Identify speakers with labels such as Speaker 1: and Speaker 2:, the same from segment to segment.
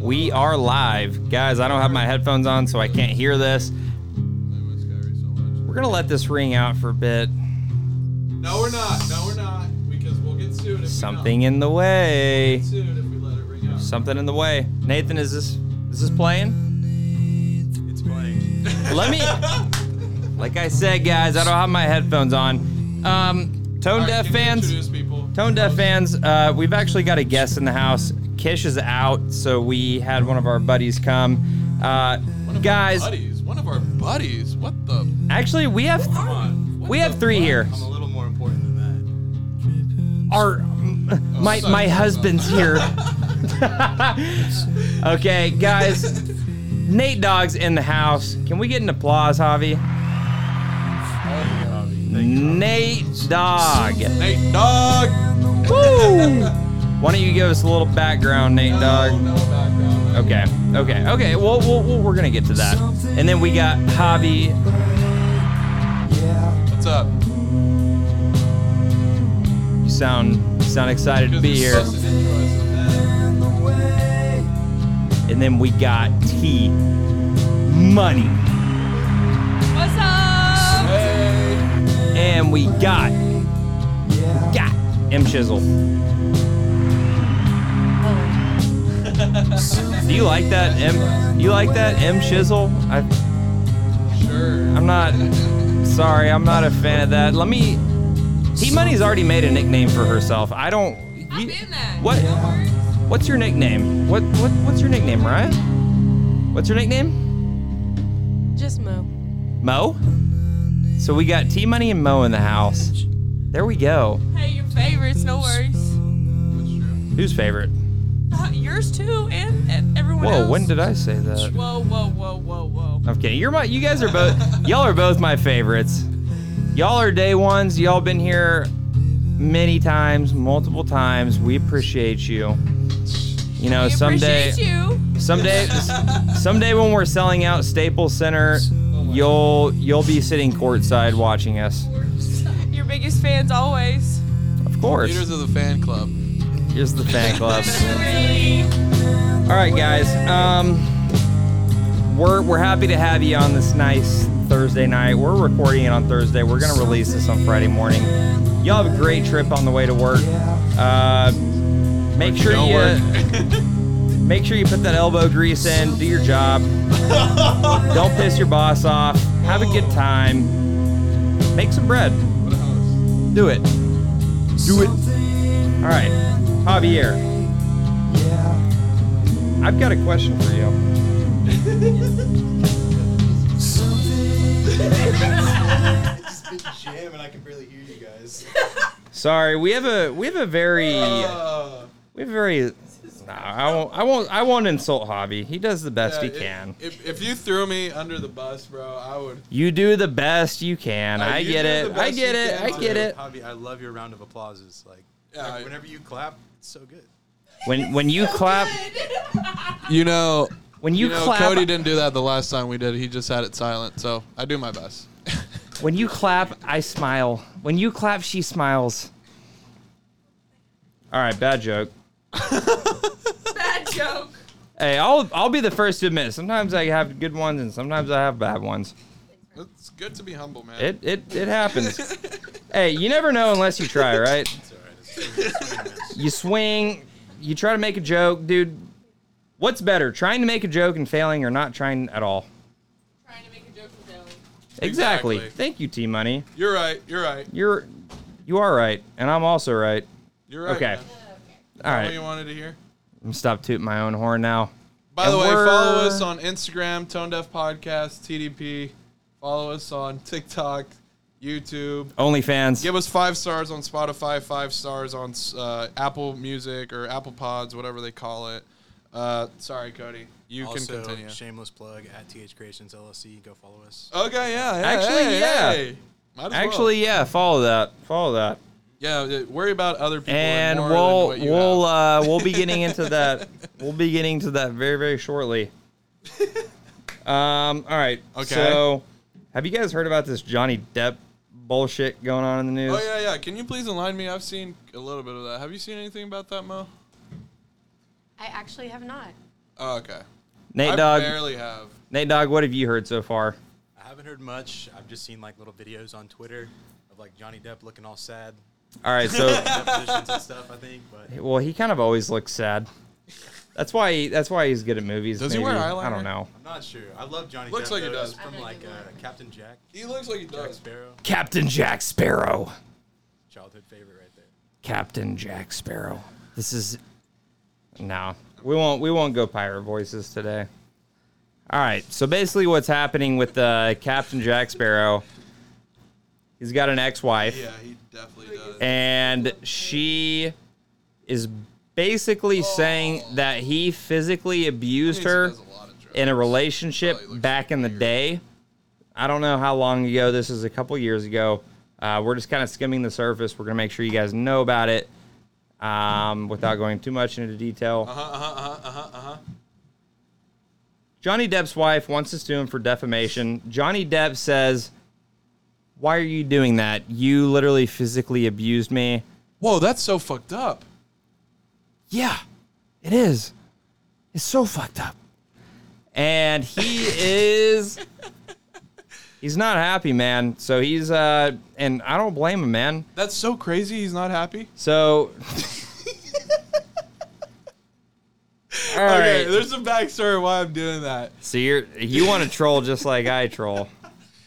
Speaker 1: We are live. Guys, I don't have my headphones on, so I can't hear this. We're going to let this ring out for a bit.
Speaker 2: No, we're not. No, we're not. Because we'll get sued. If
Speaker 1: Something
Speaker 2: We
Speaker 1: in the way.
Speaker 2: don't. Sued if we let it ring out.
Speaker 1: Something in the way. Nathan, is this is this playing?
Speaker 3: It's playing.
Speaker 1: Let me Like I said, guys, I don't have my headphones on. Um Tone
Speaker 2: All right,
Speaker 1: Deaf
Speaker 2: can you
Speaker 1: fans.
Speaker 2: Introduce people.
Speaker 1: Tone Deaf fans, uh, we've actually got a guest in the house. Kish is out, so we had one of our buddies come. Uh,
Speaker 2: One of
Speaker 1: guys,
Speaker 2: Our buddies. One of our buddies. What the?
Speaker 1: actually, we have
Speaker 2: Come on. What
Speaker 1: we
Speaker 2: the
Speaker 1: have three
Speaker 2: fuck?
Speaker 1: here.
Speaker 3: I'm a little more important than
Speaker 1: Our my
Speaker 2: sorry,
Speaker 1: my
Speaker 2: sorry.
Speaker 1: husband's here. okay, guys, Nate Dogg's in the house. Can we get an applause, Javi?
Speaker 3: that.
Speaker 1: Nate Dogg.
Speaker 2: Nate Dog.
Speaker 1: Woo! Why don't you give us a little background, Nate Dogg?
Speaker 2: No, no background. No.
Speaker 1: Okay, okay, okay. Well, we'll, we'll we're gonna get to that, and then we got Hobby.
Speaker 2: What's up?
Speaker 1: You sound you sound excited to
Speaker 2: Because
Speaker 1: be
Speaker 2: it's
Speaker 1: here,
Speaker 2: supposed to intro us and then-
Speaker 1: and then we got T Money,
Speaker 4: What's up?
Speaker 2: Hey.
Speaker 1: and we got got M Chisel.
Speaker 4: Oh.
Speaker 1: Do you like that M? You like that M Chisel? I,
Speaker 2: Sure.
Speaker 1: I'm not. Sorry, I'm not a fan of that. Let me. T Money's already made a nickname for herself. I don't.
Speaker 4: I've
Speaker 1: you-
Speaker 4: been that.
Speaker 1: What? What's your nickname? What? What? What's your nickname, Ryan? What's your nickname?
Speaker 4: Just Mo.
Speaker 1: Mo. So we got T Money and Mo in the house. There we go.
Speaker 4: Hey, your favorites, no worries.
Speaker 2: That's true.
Speaker 1: Who's favorite?
Speaker 4: Uh, yours too, and, and everyone else.
Speaker 1: Whoa! When did I say that?
Speaker 4: Whoa, whoa, whoa, whoa, whoa.
Speaker 1: Okay, you're my. You guys are both. Y'all are both my favorites. Y'all are day ones. Y'all been here many times, multiple times. We appreciate you. You know,
Speaker 4: we
Speaker 1: Uh, someday.
Speaker 4: appreciate you.
Speaker 1: Someday, someday when we're selling out Staples Center, you'll you'll be sitting courtside watching us.
Speaker 4: Your biggest fans always.
Speaker 1: Of course.
Speaker 2: Leaders of the fan club.
Speaker 1: Here's the fan club.
Speaker 4: Really?
Speaker 1: All right, guys. Um, we're we're happy to have you on this nice Thursday night. We're recording it on Thursday. We're gonna release this on Friday morning. Y'all have a great trip on the way to work. Uh, make sure
Speaker 2: Don't
Speaker 1: you
Speaker 2: work.
Speaker 1: make sure you put that elbow grease in. Do your job. Don't piss your boss off. Have a good time. Make some bread.
Speaker 2: what a host.
Speaker 1: Do it. Do it. All right, Javier. I've got a question for you.
Speaker 3: Jam and I can barely hear you guys.
Speaker 1: Sorry, we have a we have a very
Speaker 2: Uh,
Speaker 1: we have a very. Nah, I won't. I won't. I won't insult Hobby. He does the best
Speaker 2: yeah,
Speaker 1: he can.
Speaker 2: If, if, if you threw me under the bus, bro, I would.
Speaker 1: you do the best you can.
Speaker 2: Uh,
Speaker 1: I
Speaker 2: you
Speaker 1: get
Speaker 2: do
Speaker 1: it.
Speaker 2: the
Speaker 1: I
Speaker 2: best
Speaker 1: get
Speaker 2: you
Speaker 1: it.
Speaker 2: can,
Speaker 1: I get
Speaker 2: too.
Speaker 1: it.
Speaker 3: Javi, I love your round of applauses. Like,
Speaker 2: Yeah,
Speaker 3: like,
Speaker 2: I-
Speaker 3: whenever you clap, it's so good.
Speaker 1: When when you clap,
Speaker 2: You know,
Speaker 1: when you,
Speaker 2: you know,
Speaker 1: clap,
Speaker 2: Cody didn't do that the last time we did. it. He just had it silent. So I do my best.
Speaker 1: when you clap, I smile. When you clap, she smiles. All right, bad joke.
Speaker 4: Bad joke.
Speaker 1: Hey, I'll I'll be the first to admit. Sometimes I have good ones and sometimes I have bad ones.
Speaker 2: It's good to be humble, man.
Speaker 1: It it it happens. hey, you never know unless you try, right?
Speaker 3: It's all right. It's swing and miss.
Speaker 1: you swing, you try to make a joke, dude. What's better, trying to make a joke and failing, or not trying at all?
Speaker 4: Trying to make a joke with Ellie.
Speaker 1: Exactly.
Speaker 2: Exactly.
Speaker 1: Thank you, T Money.
Speaker 2: You're right. You're right.
Speaker 1: You're, you are right, and I'm also right.
Speaker 2: You're right.
Speaker 1: Okay.
Speaker 2: man. Is
Speaker 1: All
Speaker 2: that What
Speaker 1: right,
Speaker 2: you
Speaker 1: I'm
Speaker 2: wanted to hear.
Speaker 1: gonna stop tooting my own horn now.
Speaker 2: By
Speaker 1: And
Speaker 2: the way,
Speaker 1: we're-
Speaker 2: follow us on Instagram, Tone Deaf Podcast, TDP. Follow us on TikTok, YouTube.
Speaker 1: OnlyFans.
Speaker 2: Give us five stars on Spotify, five stars on uh, Apple Music or Apple Pods, whatever they call it. Uh, sorry, Cody. You
Speaker 3: also,
Speaker 2: can continue.
Speaker 3: shameless plug at TH Creations LLC. Go follow us.
Speaker 2: Okay, yeah. yeah
Speaker 1: Actually,
Speaker 2: hey,
Speaker 1: yeah.
Speaker 2: hey. Might as well.
Speaker 1: Actually, yeah, follow that. Follow that.
Speaker 2: yeah. uh, Worry about other people
Speaker 1: and
Speaker 2: more
Speaker 1: we'll
Speaker 2: than what you
Speaker 1: we'll
Speaker 2: have.
Speaker 1: uh, we'll be getting into that. we'll be getting to that very very shortly. Um. All right.
Speaker 2: Okay.
Speaker 1: So, have you guys heard about this Johnny Depp bullshit going on in the news?
Speaker 2: Oh yeah, yeah. Can you please enlighten me? I've seen a little bit of that. Have you seen anything about that, Mo?
Speaker 5: I actually have not.
Speaker 2: Oh, okay.
Speaker 1: Nate
Speaker 2: I
Speaker 1: Dog,
Speaker 2: barely have.
Speaker 1: Nate Dog, what have you heard so far?
Speaker 3: I haven't heard much. I've just seen like little videos on Twitter of like Johnny Depp looking all sad.
Speaker 1: All right, so
Speaker 3: Depositions and stuff, I think. But
Speaker 1: well, he kind of always looks sad. That's why he, that's why he's good at movies.
Speaker 2: Does he wear
Speaker 1: maybe. I
Speaker 2: eyeliner?
Speaker 1: don't know.
Speaker 3: I'm not sure. I love Johnny
Speaker 2: Looks
Speaker 3: Depp.
Speaker 2: like he
Speaker 3: though,
Speaker 2: does.
Speaker 3: just
Speaker 4: I
Speaker 3: From
Speaker 4: know
Speaker 3: like
Speaker 4: you
Speaker 3: uh,
Speaker 4: would.
Speaker 3: Captain Jack,
Speaker 2: He looks like he
Speaker 3: Jack
Speaker 2: does.
Speaker 3: Sparrow,
Speaker 1: Captain Jack Sparrow.
Speaker 3: childhood favorite right there.
Speaker 1: Captain Jack Sparrow. This is no. We won't we won't go pirate voices today. All right. So basically what's happening with uh, Captain Jack Sparrow He's got an ex-wife
Speaker 2: Yeah, he definitely does.
Speaker 1: and she is basically saying that he physically abused her
Speaker 2: Does a lot of drugs.
Speaker 1: in a relationship
Speaker 2: Probably looks
Speaker 1: back in the day. I don't know how long ago. This is a couple years ago. Uh, we're just kind of skimming the surface. We're going to make sure you guys know about it um, without going too much into detail.
Speaker 2: Uh-huh, uh-huh, uh-huh, uh-huh.
Speaker 1: Johnny Depp's wife wants to sue him for defamation. Johnny Depp says, Why are you doing that? You literally physically abused me.
Speaker 2: Whoa, that's so fucked up.
Speaker 1: Yeah, it is. It's so fucked up. And he is he's not happy, man. So he's uh and I don't blame him, man.
Speaker 2: That's so crazy he's not happy.
Speaker 1: So All right.
Speaker 2: Okay, there's a backstory why I'm doing that.
Speaker 1: so you're you want to troll just like I troll.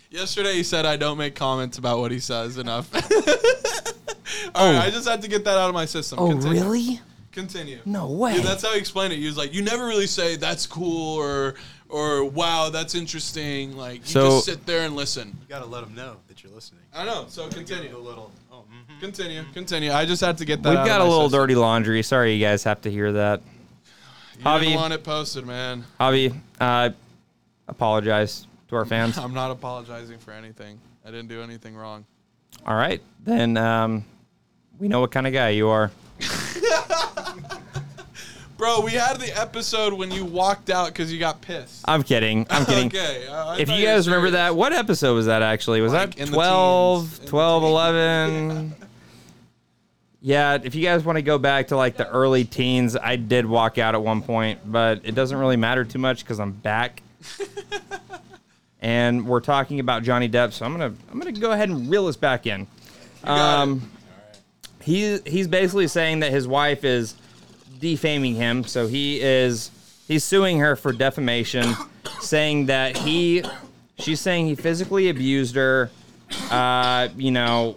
Speaker 2: Yesterday he said I don't make comments about what he says enough. All
Speaker 1: Oh.
Speaker 2: right, I just had to get that out of my system. Continue. Continue.
Speaker 1: No way.
Speaker 2: Oh, Dude, that's how he explained it. He was like, "You never really say that's cool or or wow, that's interesting." Like you
Speaker 1: So-
Speaker 2: just sit there and listen.
Speaker 3: You gotta let them know that you're listening.
Speaker 2: I know. So
Speaker 3: Give 'em a
Speaker 2: continue.
Speaker 3: little. Oh, mhm.
Speaker 2: Continue. Continue. I just had to get that.
Speaker 1: We've
Speaker 2: out of
Speaker 1: got a
Speaker 2: my
Speaker 1: little
Speaker 2: system.
Speaker 1: dirty laundry. Sorry you guys have to hear that.
Speaker 2: You
Speaker 1: Javi.
Speaker 2: didn't want it posted, man.
Speaker 1: Javi, uh apologize to our fans.
Speaker 2: I'm not apologizing for anything. I didn't do anything wrong.
Speaker 1: All right, then um, we know what kind of guy you are.
Speaker 2: Bro, we had the episode when you walked out because you got pissed.
Speaker 1: I'm kidding. I'm kidding.
Speaker 2: Okay. uh, I
Speaker 1: If
Speaker 2: thought
Speaker 1: you guys
Speaker 2: were
Speaker 1: remember
Speaker 2: serious.
Speaker 1: that, what episode was that actually? Was
Speaker 2: Like, in
Speaker 1: that
Speaker 2: the
Speaker 1: 12,
Speaker 2: teens. In the
Speaker 1: 12,
Speaker 2: teens.
Speaker 1: 11? Yeah. if you guys want to go back to like the early teens, I did walk out at one point, but it doesn't really matter too much because I'm back. and we're talking about Johnny Depp, so I'm gonna I'm gonna go ahead and reel us back in.
Speaker 2: got
Speaker 1: Um, he he's basically saying that his wife is defaming him, so he is he's suing her for defamation, saying that he she's saying he physically abused her, uh, you know,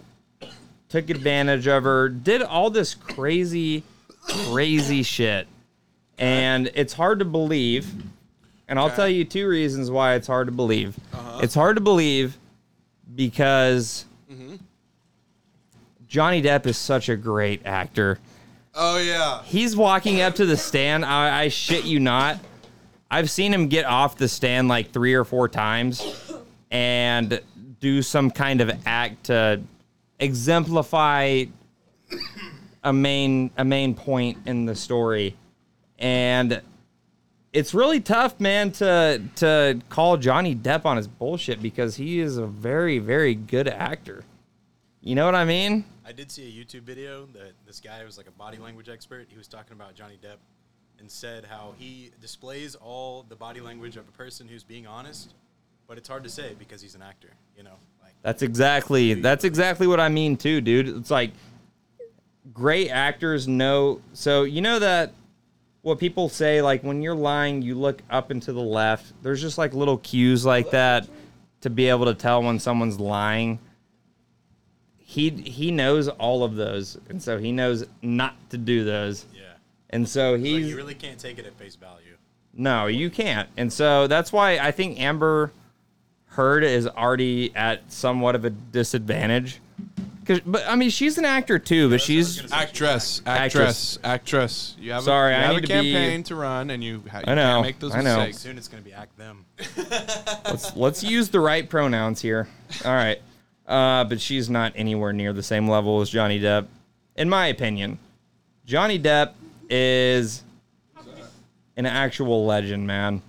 Speaker 1: took advantage of her, did all this crazy crazy shit, and it's hard to believe. And I'll
Speaker 2: Okay.
Speaker 1: tell you two reasons why it's hard to believe. It's hard to believe because Johnny Depp is such a great actor.
Speaker 2: Oh yeah.
Speaker 1: He's walking up to the stand. I, I shit you not. I've seen him get off the stand like three or four times and do some kind of act to exemplify a main a main point in the story. And it's really tough, man, to to call Johnny Depp on his bullshit because he is a very, very good actor. You know what I mean?
Speaker 3: I did see a YouTube video that this guy was like a body language expert. He was talking about Johnny Depp and said how he displays all the body language of a person who's being honest, but it's hard to say because he's an actor, you know. Like
Speaker 1: That's exactly that's exactly what I mean too, dude. It's like great actors know so you know that what people say like when you're lying you look up and to the left. There's just like little cues like that to be able to tell when someone's lying. He he knows all of those and so he knows not to do those.
Speaker 3: yeah.
Speaker 1: And so
Speaker 3: But
Speaker 1: he's
Speaker 3: you really can't take it at face value.
Speaker 1: no, you can't. And so that's why I think Amber Heard is already at somewhat of a disadvantage. 'Cause- but I mean, she's an actor too, but she's.
Speaker 2: Actress,
Speaker 1: Actress.
Speaker 2: actress, actress. You have
Speaker 1: Sorry,
Speaker 2: a, you
Speaker 1: I
Speaker 2: have
Speaker 1: need
Speaker 2: a
Speaker 1: to be-
Speaker 2: campaign to run, and you, ha- you
Speaker 1: I know,
Speaker 2: can't make those
Speaker 1: I know.
Speaker 2: mistakes.
Speaker 3: Soon it's going to be act them.
Speaker 1: Let's let's use the right pronouns here. All right, uh, but she's not anywhere near the same level as Johnny Depp, in my opinion. Johnny Depp is an actual legend, man.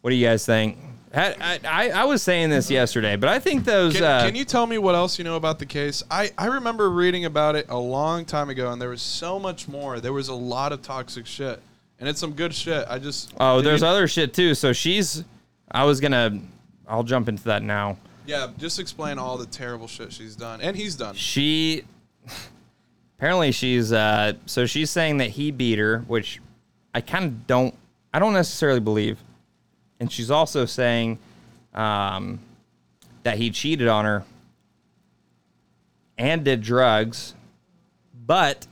Speaker 1: What do you guys think? Had- I, I, I was saying this yesterday, but I think those.
Speaker 2: Can,
Speaker 1: uh,
Speaker 2: can you tell me what else you know about the case? I, I remember reading about it a long time ago, and there was so much more. There was a lot of toxic shit. and it's some good shit. I just
Speaker 1: Oh,
Speaker 2: Did
Speaker 1: there's
Speaker 2: you-
Speaker 1: other shit too. So she's. I was gonna. I'll jump into that now.
Speaker 2: yeah. Just explain all the terrible shit she's done and he's done.
Speaker 1: She. Apparently she's. Uh, so she's saying that he beat her, which I kind of don't. I don't necessarily believe. And she's also saying um, that he cheated on her and did drugs, but.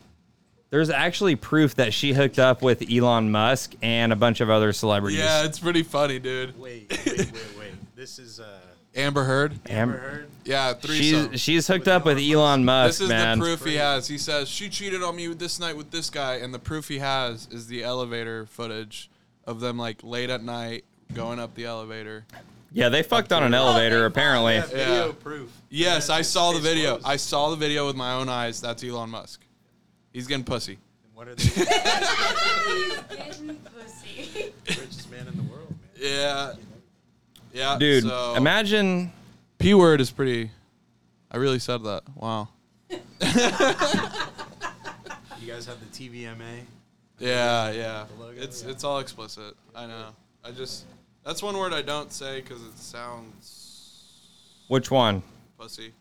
Speaker 1: There's actually proof that she hooked up with Elon Musk and a bunch of other celebrities.
Speaker 2: Yeah, it's pretty funny, dude.
Speaker 3: Wait, wait, wait, wait. This is uh,
Speaker 2: Amber Heard.
Speaker 1: Am-
Speaker 3: Amber Heard.
Speaker 2: Yeah, threesome.
Speaker 1: She's, she's hooked up with Elon Musk,
Speaker 2: This is
Speaker 1: man.
Speaker 2: the proof he has. He says she cheated on me this night with this guy, and the proof he has is the elevator footage of them like late at night going up the elevator.
Speaker 1: Yeah, they fucked on an
Speaker 2: Oh,
Speaker 1: elevator, apparently.
Speaker 3: Yeah, video proof.
Speaker 2: Yes, I saw the
Speaker 3: It's
Speaker 2: video.
Speaker 3: closed.
Speaker 2: I saw the video with my own eyes. That's Elon Musk. He's getting pussy.
Speaker 3: What are they?
Speaker 4: Getting pussy.
Speaker 3: richest man in the world, man.
Speaker 2: Yeah, yeah,
Speaker 1: Dude,
Speaker 2: So,
Speaker 1: imagine.
Speaker 2: P word is pretty. I really said that. Wow.
Speaker 3: You guys have the TVMA.
Speaker 2: Yeah, yeah.
Speaker 3: The logo,
Speaker 2: It's
Speaker 3: yeah.
Speaker 2: it's all explicit. I know. I just that's one word I don't say because it sounds
Speaker 1: Which one?
Speaker 2: pussy.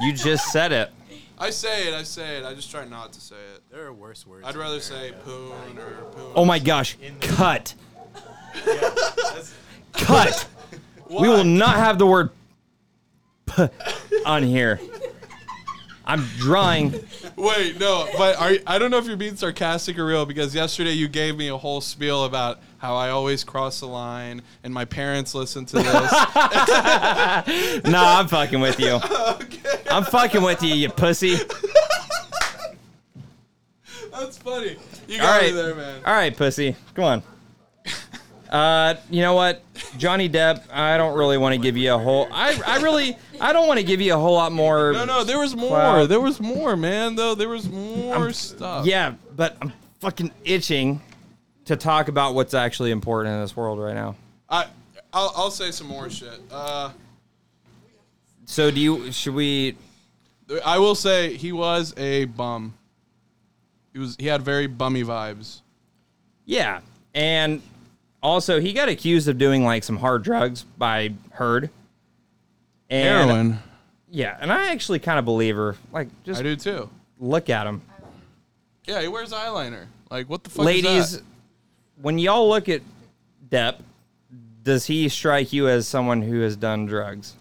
Speaker 1: You just said it.
Speaker 2: I say it. I say it. I just try not to say it.
Speaker 3: There are worse words.
Speaker 2: I'd
Speaker 3: in
Speaker 2: rather
Speaker 3: there.
Speaker 2: say poon or poon.
Speaker 1: Oh my gosh. Cut.
Speaker 3: That's-
Speaker 1: Cut. We will not have the word p on here. I'm drawing.
Speaker 2: Wait, no, but are, I don't know if you're being sarcastic or real because yesterday you gave me a whole spiel about how I always cross the line and my parents listen to this.
Speaker 1: Nah, I'm fucking with you. I'm fucking with you, you pussy.
Speaker 2: That's funny. You
Speaker 1: All
Speaker 2: got me
Speaker 1: right,
Speaker 2: there, man.
Speaker 1: All right, pussy. Come on. Uh, you know what, Johnny Depp? I don't really want to give you a whole. I, I really, I don't want to give you a whole lot more.
Speaker 2: No, no, there was more.
Speaker 1: Cloud.
Speaker 2: There was more, man. Though there was more stuff.
Speaker 1: Yeah, but I'm fucking itching to talk about what's actually important in this world right now.
Speaker 2: I, I'll, I'll say some more shit. Uh,
Speaker 1: So do you? Should we?
Speaker 2: I will say he was a bum. He was. He had very bummy vibes.
Speaker 1: Yeah, and also he got accused of doing like some hard drugs by Heard. And,
Speaker 2: Heroin.
Speaker 1: Yeah, and I actually kind of believe her. Like,
Speaker 2: I
Speaker 1: just
Speaker 2: do too.
Speaker 1: look at him.
Speaker 2: Yeah, he wears eyeliner. Like what the fuck? is
Speaker 1: ladies,
Speaker 2: that?
Speaker 1: when y'all look at Depp, does he strike you as someone who has done drugs?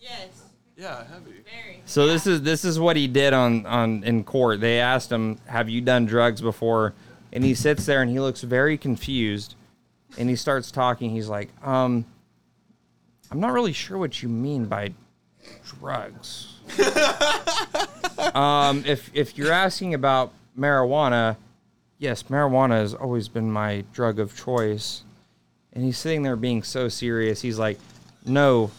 Speaker 4: Yes.
Speaker 2: Yeah, heavy.
Speaker 4: Very.
Speaker 1: So this is this is what he did on on in court. They asked him, "Have you done drugs before?" And he sits there and he looks very confused, and he starts talking. He's like, "Um, I'm not really sure what you mean by drugs. um, if if you're asking about marijuana, yes, marijuana has always been my drug of choice." And he's sitting there being so serious. He's like, "No,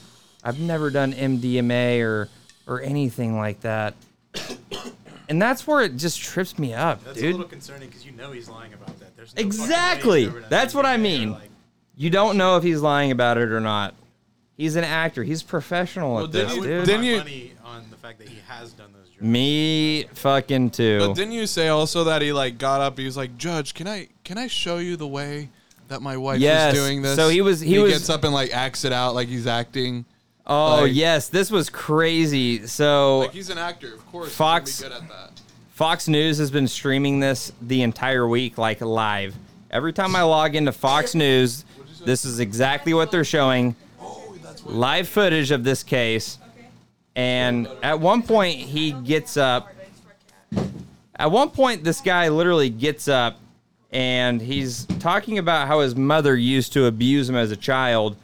Speaker 1: I've never done MDMA or or anything like that." and that's where it just trips me up,
Speaker 3: That's a
Speaker 1: dude.
Speaker 3: little concerning because you know he's lying about that. There's no fucking way he's
Speaker 1: Exactly.
Speaker 3: never done
Speaker 1: That's what I
Speaker 3: anything. They're
Speaker 1: mean.
Speaker 3: like,
Speaker 1: You don't know if he's lying about it or not. He's an actor. He's professional
Speaker 2: Well,
Speaker 1: at
Speaker 2: didn't
Speaker 1: this,
Speaker 2: you-
Speaker 1: dude.
Speaker 2: didn't
Speaker 3: put my
Speaker 2: you-
Speaker 3: money on the fact that he has done those drugs.
Speaker 1: Me fucking
Speaker 2: But
Speaker 1: too.
Speaker 2: didn't you say also that he like got up? He was like, Judge, can I can I show you the way that my wife
Speaker 1: Yes.
Speaker 2: was doing this?
Speaker 1: So he was- he was-
Speaker 2: gets up and like acts it out like he's acting.
Speaker 1: oh
Speaker 2: like-
Speaker 1: yes, this was crazy. So
Speaker 2: Like he's an actor, of course.
Speaker 1: he's gonna be Fox-
Speaker 2: He's
Speaker 1: good
Speaker 2: good at that.
Speaker 1: Fox News has been streaming this the entire week, like live. Every time I log into Fox News, this is exactly what they're showing. Live footage of this case. And at one point he gets up At one point, this guy literally gets up and he's talking about how his mother used to abuse him as a child.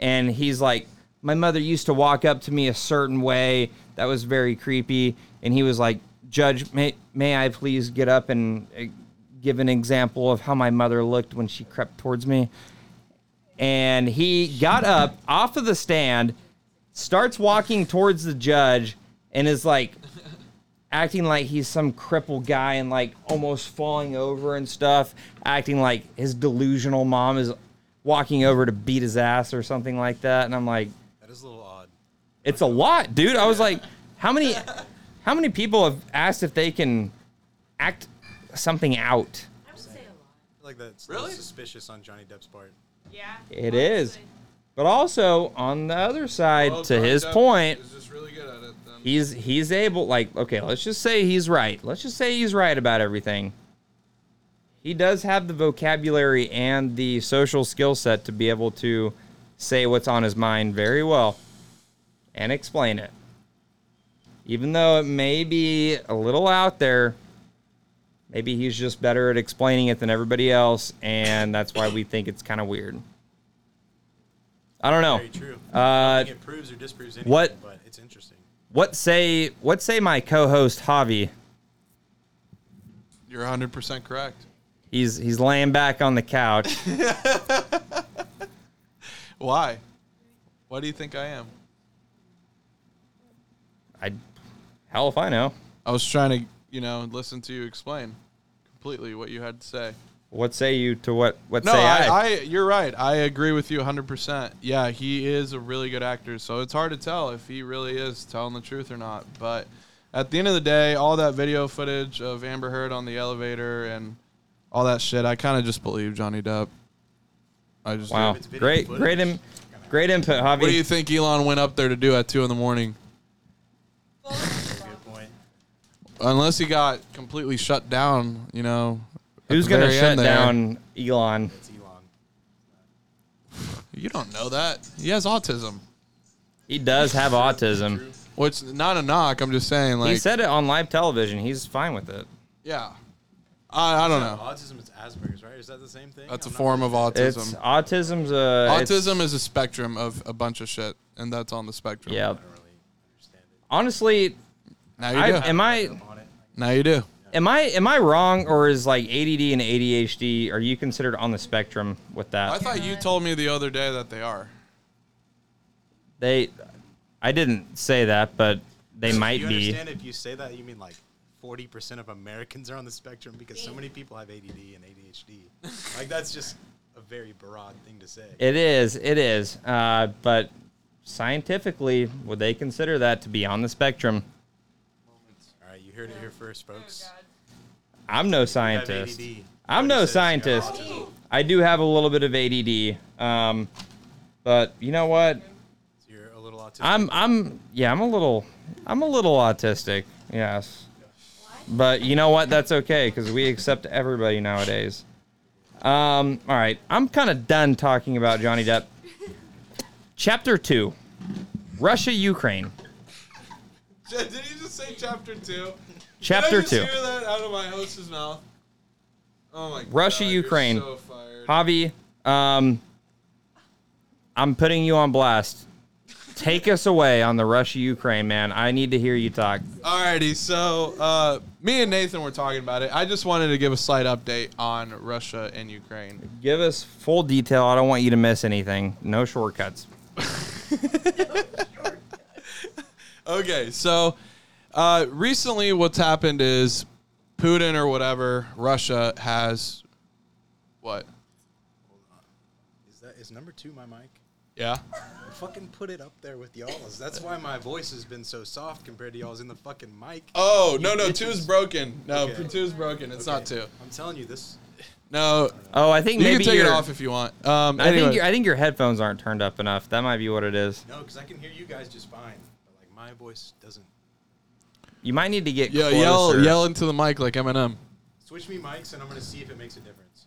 Speaker 1: And he's like, My mother used to walk up to me a certain way. That was very creepy. And he was like, Judge, may, may I please get up and uh, give an example of how my mother looked when she crept towards me? And he got up off of the stand, starts walking towards the judge, and is like, acting like he's some crippled guy and like almost falling over and stuff, acting like his delusional mom is walking over to beat his ass or something like that. And I'm like,
Speaker 3: That is a little odd.
Speaker 1: it's a lot, dude. I was like, how many how many people have asked if they can act something out?
Speaker 4: I would say a lot.
Speaker 3: like that's
Speaker 2: Really?
Speaker 3: suspicious on Johnny Depp's part.
Speaker 4: Yeah.
Speaker 1: It is. But also on the other side,
Speaker 2: Well,
Speaker 1: to
Speaker 2: Johnny
Speaker 1: his
Speaker 2: Depp
Speaker 1: point,
Speaker 2: is just really good at it. Then.
Speaker 1: he's he's able like okay let's just say he's right let's just say he's right about everything he does have the vocabulary and the social skill set to be able to say what's on his mind very well and explain it even though it may be a little out there maybe he's just better at explaining it than everybody else and that's why we think it's kind of weird i don't know
Speaker 3: Very true.
Speaker 1: uh,
Speaker 3: I think it proves or disproves anything.
Speaker 1: what-
Speaker 3: But it's interesting.
Speaker 1: what say what say my co-host Javi?
Speaker 2: You're 100 percent correct.
Speaker 1: He's he's laying back on the couch.
Speaker 2: Why? Why do you think I am?
Speaker 1: I hell if I know.
Speaker 2: I was trying to, you know, listen to you explain completely what you had to say.
Speaker 1: What say you to what what
Speaker 2: No,
Speaker 1: say I?
Speaker 2: I, I, you're right. I agree with you 100%. Yeah, he is a really good actor, so it's hard to tell if he really is telling the truth or not. But at the end of the day, all that video footage of Amber Heard on the elevator and all that shit, I kind of just believe Johnny Depp. I just
Speaker 1: wow.
Speaker 3: it's video
Speaker 1: Great
Speaker 3: footage.
Speaker 1: great Im- great input, Javi.
Speaker 2: What do you think Elon went up there to do at two in the morning?
Speaker 3: Good point.
Speaker 2: Unless he got completely shut down, you know. at
Speaker 1: Who's
Speaker 2: the
Speaker 1: gonna
Speaker 2: very
Speaker 1: shut
Speaker 2: end there.
Speaker 1: down Elon?
Speaker 3: It's Elon.
Speaker 2: You don't know that he has autism,
Speaker 1: He does have autism.
Speaker 2: which not a knock. I'm just saying, like,
Speaker 1: he said it on live television. He's fine with it.
Speaker 2: yeah. I, I don't
Speaker 1: Oh.
Speaker 2: know.
Speaker 3: Autism is Asperger's, right? Is that the same thing?
Speaker 2: That's a
Speaker 3: I'm not
Speaker 2: form of autism.
Speaker 1: It's autism's a it's-
Speaker 2: autism is a spectrum of a bunch of shit, and that's on the spectrum.
Speaker 1: Yeah.
Speaker 3: I don't really understand it.
Speaker 1: Honestly,
Speaker 2: Now you
Speaker 1: I,
Speaker 2: do.
Speaker 1: am I
Speaker 3: I'm on it.
Speaker 2: now you do.
Speaker 1: am I am I wrong or is like ADD and ADHD are you considered on the spectrum with that?
Speaker 2: I thought you told me the other day that they are.
Speaker 1: They, I didn't say that, but they might
Speaker 3: you
Speaker 1: be.
Speaker 3: understand if you say that, you mean like 40% of Americans are on the spectrum because so many people have ADD and ADHD. like, that's just a very broad thing to say.
Speaker 1: It is, it is. Uh, but scientifically, would they consider that to be on the spectrum?
Speaker 3: All right, you heard it here first, folks.
Speaker 1: I'm no
Speaker 3: You have
Speaker 1: scientist.
Speaker 3: ADD.
Speaker 1: I'm
Speaker 3: Cody
Speaker 1: no
Speaker 3: says you have
Speaker 1: scientist.
Speaker 3: autism.
Speaker 1: I do have a little bit of ADD, um, but you know what?
Speaker 3: So You're a little autistic.
Speaker 1: I'm, I'm, yeah, I'm a little, I'm a little autistic. Yes, but you know what? That's okay because we accept everybody nowadays. Um, all right, I'm kind of done talking about Johnny Depp. Chapter two, Russia Ukraine.
Speaker 2: Did you just say chapter two?
Speaker 1: Chapter two.
Speaker 2: that out of my host's mouth? Oh my
Speaker 1: Russia, God, you're Ukraine. so
Speaker 2: fired.
Speaker 1: Javi, um, I'm putting you on blast. Take us away on the Russia Ukraine, man. I need to hear you talk.
Speaker 2: Alrighty, so uh, me and Nathan were talking about it. I just wanted to give a slight update on Russia and Ukraine.
Speaker 1: Give us full detail. I don't want you to miss anything. No shortcuts.
Speaker 2: Okay, so uh, recently what's happened is Putin or whatever, Russia has what?
Speaker 3: Is, that, is number two my mic?
Speaker 2: Yeah.
Speaker 3: Fucking put it up there with y'all's. That's why my voice has been so soft compared to y'all's in the fucking mic.
Speaker 2: Oh no
Speaker 3: You
Speaker 2: no
Speaker 3: bitches.
Speaker 2: two's broken. No
Speaker 3: Okay.
Speaker 2: two's broken. It's not two.
Speaker 3: I'm telling you, this.
Speaker 2: No,
Speaker 1: Oh, I think
Speaker 2: you
Speaker 1: maybe
Speaker 2: can take it
Speaker 1: your-
Speaker 2: off if you want. Um,
Speaker 1: I think
Speaker 2: anyway.
Speaker 1: your- I think your headphones aren't turned up enough. That might be what it is.
Speaker 3: No, because I can hear you guys just fine. But, like, my voice doesn't.
Speaker 1: You might need to get
Speaker 2: yeah,
Speaker 1: closer.
Speaker 2: yell yell into the mic like Eminem.
Speaker 3: Switch me mics and I'm going to see if it makes a difference.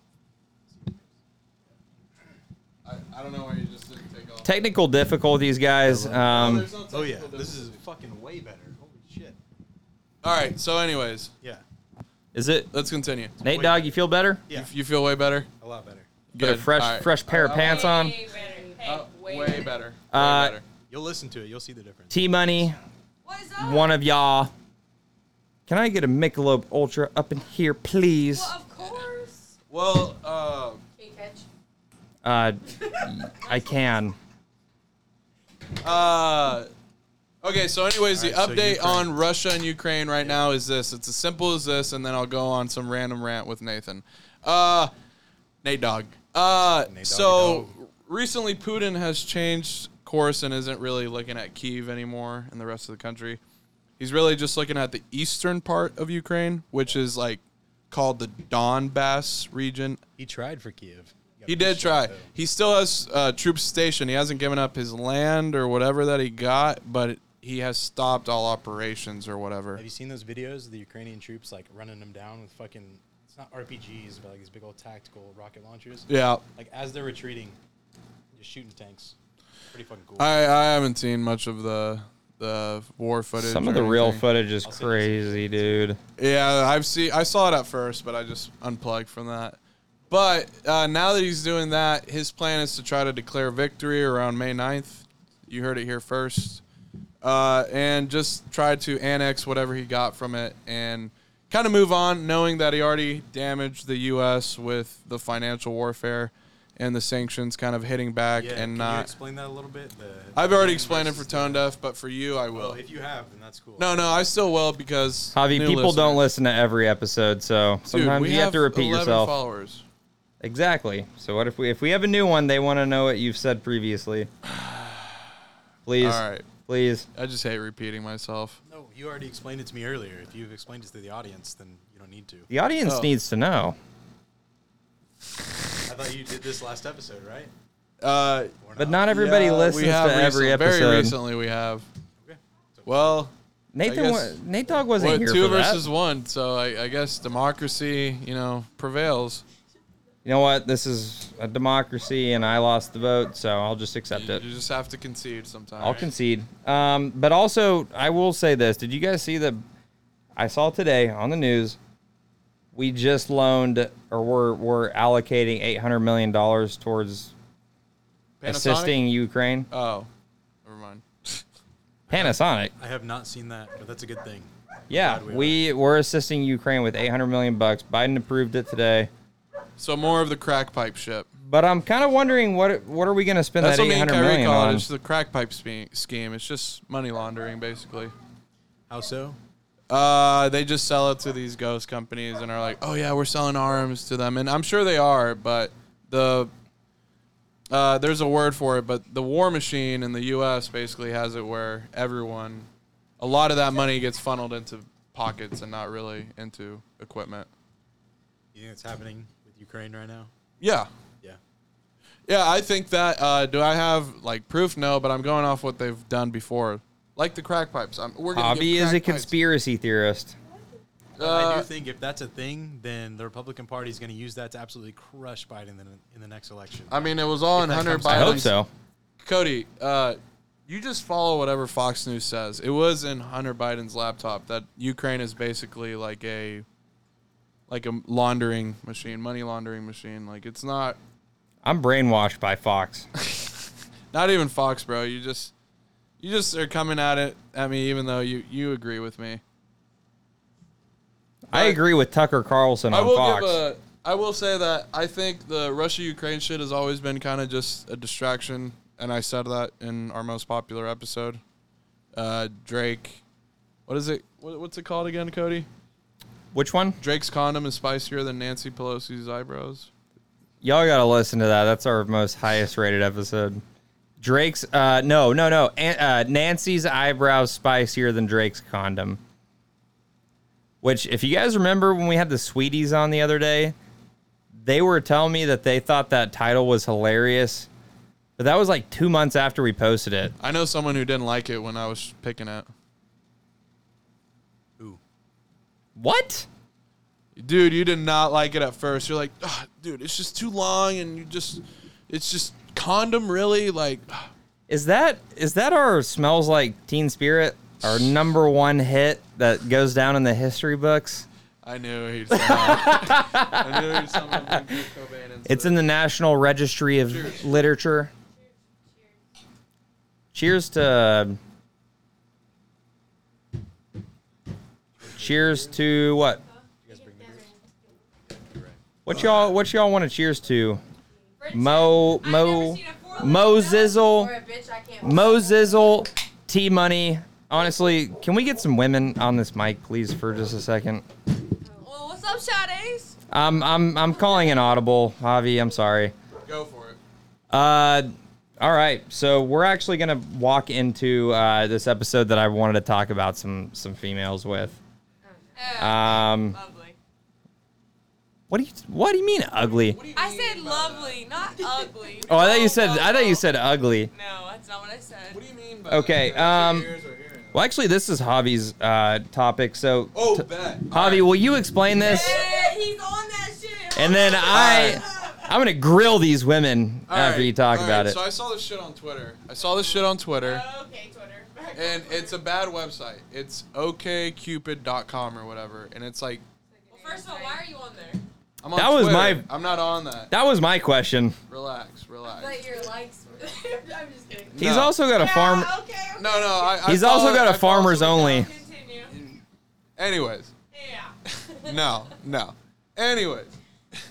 Speaker 2: I, I don't know why you just didn't take off.
Speaker 1: Technical difficulties, guys. Um,
Speaker 3: Oh, yeah. This is fucking way better. Holy shit.
Speaker 2: All right. So, anyways,
Speaker 3: Yeah.
Speaker 1: is it
Speaker 2: let's continue.
Speaker 1: Nate Dog? You feel better?
Speaker 3: Yeah.
Speaker 2: You, you feel way better.
Speaker 3: a lot better.
Speaker 1: Get a fresh
Speaker 2: All right.
Speaker 1: fresh pair of
Speaker 2: Uh,
Speaker 1: pants on. Oh,
Speaker 4: Way better. Hey,
Speaker 2: Uh,
Speaker 4: way,
Speaker 2: way
Speaker 4: better.
Speaker 2: better.
Speaker 1: Uh,
Speaker 2: way better.
Speaker 3: You'll listen to it. You'll see the difference.
Speaker 1: T Money,
Speaker 4: What is up?
Speaker 1: one of y'all. Can I get a Michelob Ultra up in here, please?
Speaker 4: Well, of course.
Speaker 2: Well, uh,
Speaker 4: Can you catch?
Speaker 1: Uh, I can.
Speaker 2: Uh, okay, so anyways, the
Speaker 3: All right, so
Speaker 2: update
Speaker 3: Ukraine.
Speaker 2: on Russia and Ukraine right now is this. It's as simple as this, and then I'll go on some random rant with Nathan. Uh, Nate Dog. Uh,
Speaker 3: Nate Dogg,
Speaker 2: so
Speaker 3: dog.
Speaker 2: recently Putin has changed course and isn't really looking at Kiev anymore and the rest of the country. He's really just looking at the eastern part of Ukraine, which is like called the Donbass region.
Speaker 3: He tried for Kiev. got
Speaker 2: He did
Speaker 3: pushed
Speaker 2: try.
Speaker 3: out, though.
Speaker 2: He still has uh, troops stationed. He hasn't given up his land or whatever that he got, but he has stopped all operations or whatever.
Speaker 3: Have you seen those videos of the Ukrainian troops like running them down with fucking? It's not RPGs, but like these big old tactical rocket launchers.
Speaker 2: Yeah,
Speaker 3: Like as they're retreating, just shooting tanks. Pretty fucking cool.
Speaker 2: I, I haven't seen much of the the war footage.
Speaker 1: Some
Speaker 2: or
Speaker 1: of the real
Speaker 2: anything.
Speaker 1: footage is
Speaker 3: I'll send you some
Speaker 1: crazy, dude.
Speaker 2: Yeah, I've seen. I saw it at first, but I just unplugged from that. But uh, now that he's doing that, his plan is to try to declare victory around May 9th. You heard it here first, uh, and just try to annex whatever he got from it and kind of move on, knowing that he already damaged the U.S. with the financial warfare and the sanctions, kind of hitting back
Speaker 3: yeah,
Speaker 2: and
Speaker 3: can you
Speaker 2: not.
Speaker 3: explain that a little bit. The-
Speaker 2: I've already explained it for
Speaker 3: versus-
Speaker 2: tone deaf, but for you, I
Speaker 3: Well,
Speaker 2: will.
Speaker 3: if you have, then that's cool.
Speaker 2: No, no, I still will because
Speaker 1: Javi,
Speaker 2: new
Speaker 1: people don't
Speaker 2: listeners.
Speaker 1: listen to every episode, so
Speaker 2: Dude,
Speaker 1: sometimes
Speaker 2: we
Speaker 1: you have to repeat
Speaker 2: 11
Speaker 1: yourself.
Speaker 2: Followers.
Speaker 1: Exactly. So what if we if we have a new one, they want to know what you've said previously. Please,
Speaker 2: All right.
Speaker 1: please.
Speaker 2: I just hate repeating myself.
Speaker 3: No, you already explained it to me earlier. If you've explained it to the audience, then you don't need to.
Speaker 1: The audience
Speaker 2: Oh.
Speaker 1: needs to know.
Speaker 3: I thought you did this last episode, right?
Speaker 2: Uh,
Speaker 3: Or
Speaker 1: But not everybody
Speaker 2: yeah, we
Speaker 1: listens to
Speaker 2: have
Speaker 1: every
Speaker 2: recent-
Speaker 1: episode.
Speaker 2: Very recently, we have.
Speaker 3: Okay. So-
Speaker 2: Well,
Speaker 1: Nathan,
Speaker 2: I
Speaker 1: wa-
Speaker 2: guess-
Speaker 1: Nate Dog wasn't
Speaker 2: what,
Speaker 1: here
Speaker 2: two
Speaker 1: for
Speaker 2: versus
Speaker 1: that.
Speaker 2: one, so I, I guess democracy, you know, prevails.
Speaker 1: You know what? This is a democracy, and I lost the vote, so I'll just accept
Speaker 2: You,
Speaker 1: it.
Speaker 2: you just have to concede sometimes.
Speaker 1: I'll concede. Um, but also, I will say this: Did you guys see the? I saw today on the news. We just loaned, or we're we're allocating eight hundred million dollars towards
Speaker 2: Panasonic?
Speaker 1: assisting Ukraine.
Speaker 2: Oh, never mind.
Speaker 1: Panasonic.
Speaker 3: I have not seen that, but that's a good thing.
Speaker 1: Yeah,
Speaker 3: Glad
Speaker 1: we
Speaker 3: we
Speaker 1: were assisting Ukraine with eight hundred million bucks. Biden approved it today.
Speaker 2: So more of the crack pipe ship.
Speaker 1: But I'm kind of wondering what what are we going to spend
Speaker 2: That's
Speaker 1: that
Speaker 2: what
Speaker 1: eight
Speaker 2: me and
Speaker 1: hundred
Speaker 2: Kyrie
Speaker 1: million
Speaker 2: call it.
Speaker 1: on?
Speaker 2: It's the crack pipe spe- scheme. It's just money laundering, basically.
Speaker 3: How so?
Speaker 2: Uh, they just sell it to these ghost companies and are like, oh yeah, we're selling arms to them, and I'm sure they are, but the uh, there's a word for it, but the war machine in the U.S. basically has it where everyone, a lot of that money gets funneled into pockets and not really into equipment.
Speaker 3: You think it's happening with Ukraine right now?
Speaker 2: Yeah,
Speaker 3: Yeah.
Speaker 2: yeah, I think that. Uh, do I have like proof? No, but I'm going off what they've done before, like the crack pipes. I'm, we're gonna
Speaker 1: Hobby
Speaker 2: give
Speaker 1: is
Speaker 2: crack
Speaker 1: a
Speaker 2: pipes.
Speaker 1: conspiracy theorist.
Speaker 2: Uh,
Speaker 3: I do think if that's a thing, then the Republican Party is going to use that to absolutely crush Biden in the, in the next election.
Speaker 2: I mean, it was all in
Speaker 3: that
Speaker 2: Hunter
Speaker 3: comes
Speaker 2: Biden's.
Speaker 3: out.
Speaker 1: I hope so.
Speaker 2: Cody, uh, you just follow whatever Fox News says. It was in Hunter Biden's laptop that Ukraine is basically like a like a laundering machine, money laundering machine. Like it's not
Speaker 1: I'm brainwashed by Fox.
Speaker 2: not even Fox, bro. You just you just are coming at it at me, even though you you agree with me.
Speaker 1: I
Speaker 2: But-
Speaker 1: agree with Tucker Carlson
Speaker 2: I
Speaker 1: on
Speaker 2: will
Speaker 1: Fox.
Speaker 2: give a. I will say that I think the Russia Ukraine shit has always been kind of just a distraction, and I said that in our most popular episode. Uh, Drake, what is it? What, what's it called again, Cody?
Speaker 1: Which one?
Speaker 2: Drake's condom is spicier than Nancy Pelosi's eyebrows.
Speaker 1: Y'all gotta listen to that. That's our most highest rated episode. Drake's uh no no no An- uh, Nancy's eyebrows spicier than Drake's condom. Which, if you guys remember when we had the Sweeties on the other day, they were telling me that they thought that title was hilarious, but that was like two months after we posted it.
Speaker 2: I know someone who didn't like it when I was picking it.
Speaker 3: Ooh.
Speaker 1: What?
Speaker 2: Dude, you did not like it at first. You're like, "Ugh, dude, it's just too long, and you just, it's just condom really like.
Speaker 1: Is that is that our smells like Teen Spirit, our number one hit that goes down in the history books?
Speaker 2: I knew he'd. I knew he'd someone bring Kurt Cobain into
Speaker 1: It's
Speaker 2: this.
Speaker 1: in the National Registry of
Speaker 2: Cheers.
Speaker 1: Literature. Cheers to. Cheers to what? What y'all? What y'all want to cheers to? Mo Mo Mo Zizzle Mo Zizzle T Money. Honestly, can we get some women on this mic, please, for just a second?
Speaker 4: Well, what's up, Shade's?
Speaker 1: I'm I'm I'm calling an audible, Javi. I'm sorry.
Speaker 2: Go for it.
Speaker 1: Uh, all right. So we're actually gonna walk into uh, this episode that I wanted to talk about some some females with.
Speaker 4: Oh,
Speaker 1: Um,
Speaker 4: lovely.
Speaker 1: What do you What do you mean ugly?
Speaker 4: I said lovely, not ugly.
Speaker 1: Oh, I thought you said
Speaker 4: No, no,
Speaker 1: I thought you
Speaker 4: no.
Speaker 1: said ugly.
Speaker 4: No, that's not what I said.
Speaker 2: What do you mean by
Speaker 1: Okay,
Speaker 2: that? That's
Speaker 1: um,
Speaker 2: what your ears are hearing.
Speaker 1: Well, actually, this is Javi's uh, topic. So,
Speaker 2: Oh,
Speaker 1: t-
Speaker 2: bet.
Speaker 1: Javi, will you explain this?
Speaker 4: Yeah, he's on that shit.
Speaker 1: And then I, I'm gonna grill these women
Speaker 2: All
Speaker 1: after
Speaker 2: right,
Speaker 1: you talk
Speaker 2: all right,
Speaker 1: about it.
Speaker 2: So I saw this shit on Twitter. I saw this shit on Twitter,
Speaker 4: Okay, Twitter.
Speaker 2: and it's a bad website. It's okcupid.com or whatever, and it's like
Speaker 4: Well, first of all, why are you on there?
Speaker 2: I'm on
Speaker 1: That was
Speaker 2: Twitter.
Speaker 1: my-
Speaker 2: I'm not on that.
Speaker 1: that was my question.
Speaker 2: Relax, relax.
Speaker 4: That your likes. were- I'm just kidding.
Speaker 1: He's
Speaker 2: No.
Speaker 1: also got a farm.
Speaker 4: Yeah, okay, okay.
Speaker 2: No, no. I, I
Speaker 1: He's also
Speaker 2: follow-
Speaker 1: got
Speaker 2: I
Speaker 1: a
Speaker 2: follow
Speaker 1: farmers
Speaker 2: someone-
Speaker 1: only.
Speaker 4: Continue.
Speaker 2: Anyways,
Speaker 4: Yeah.
Speaker 2: Oh. no, no. Anyways,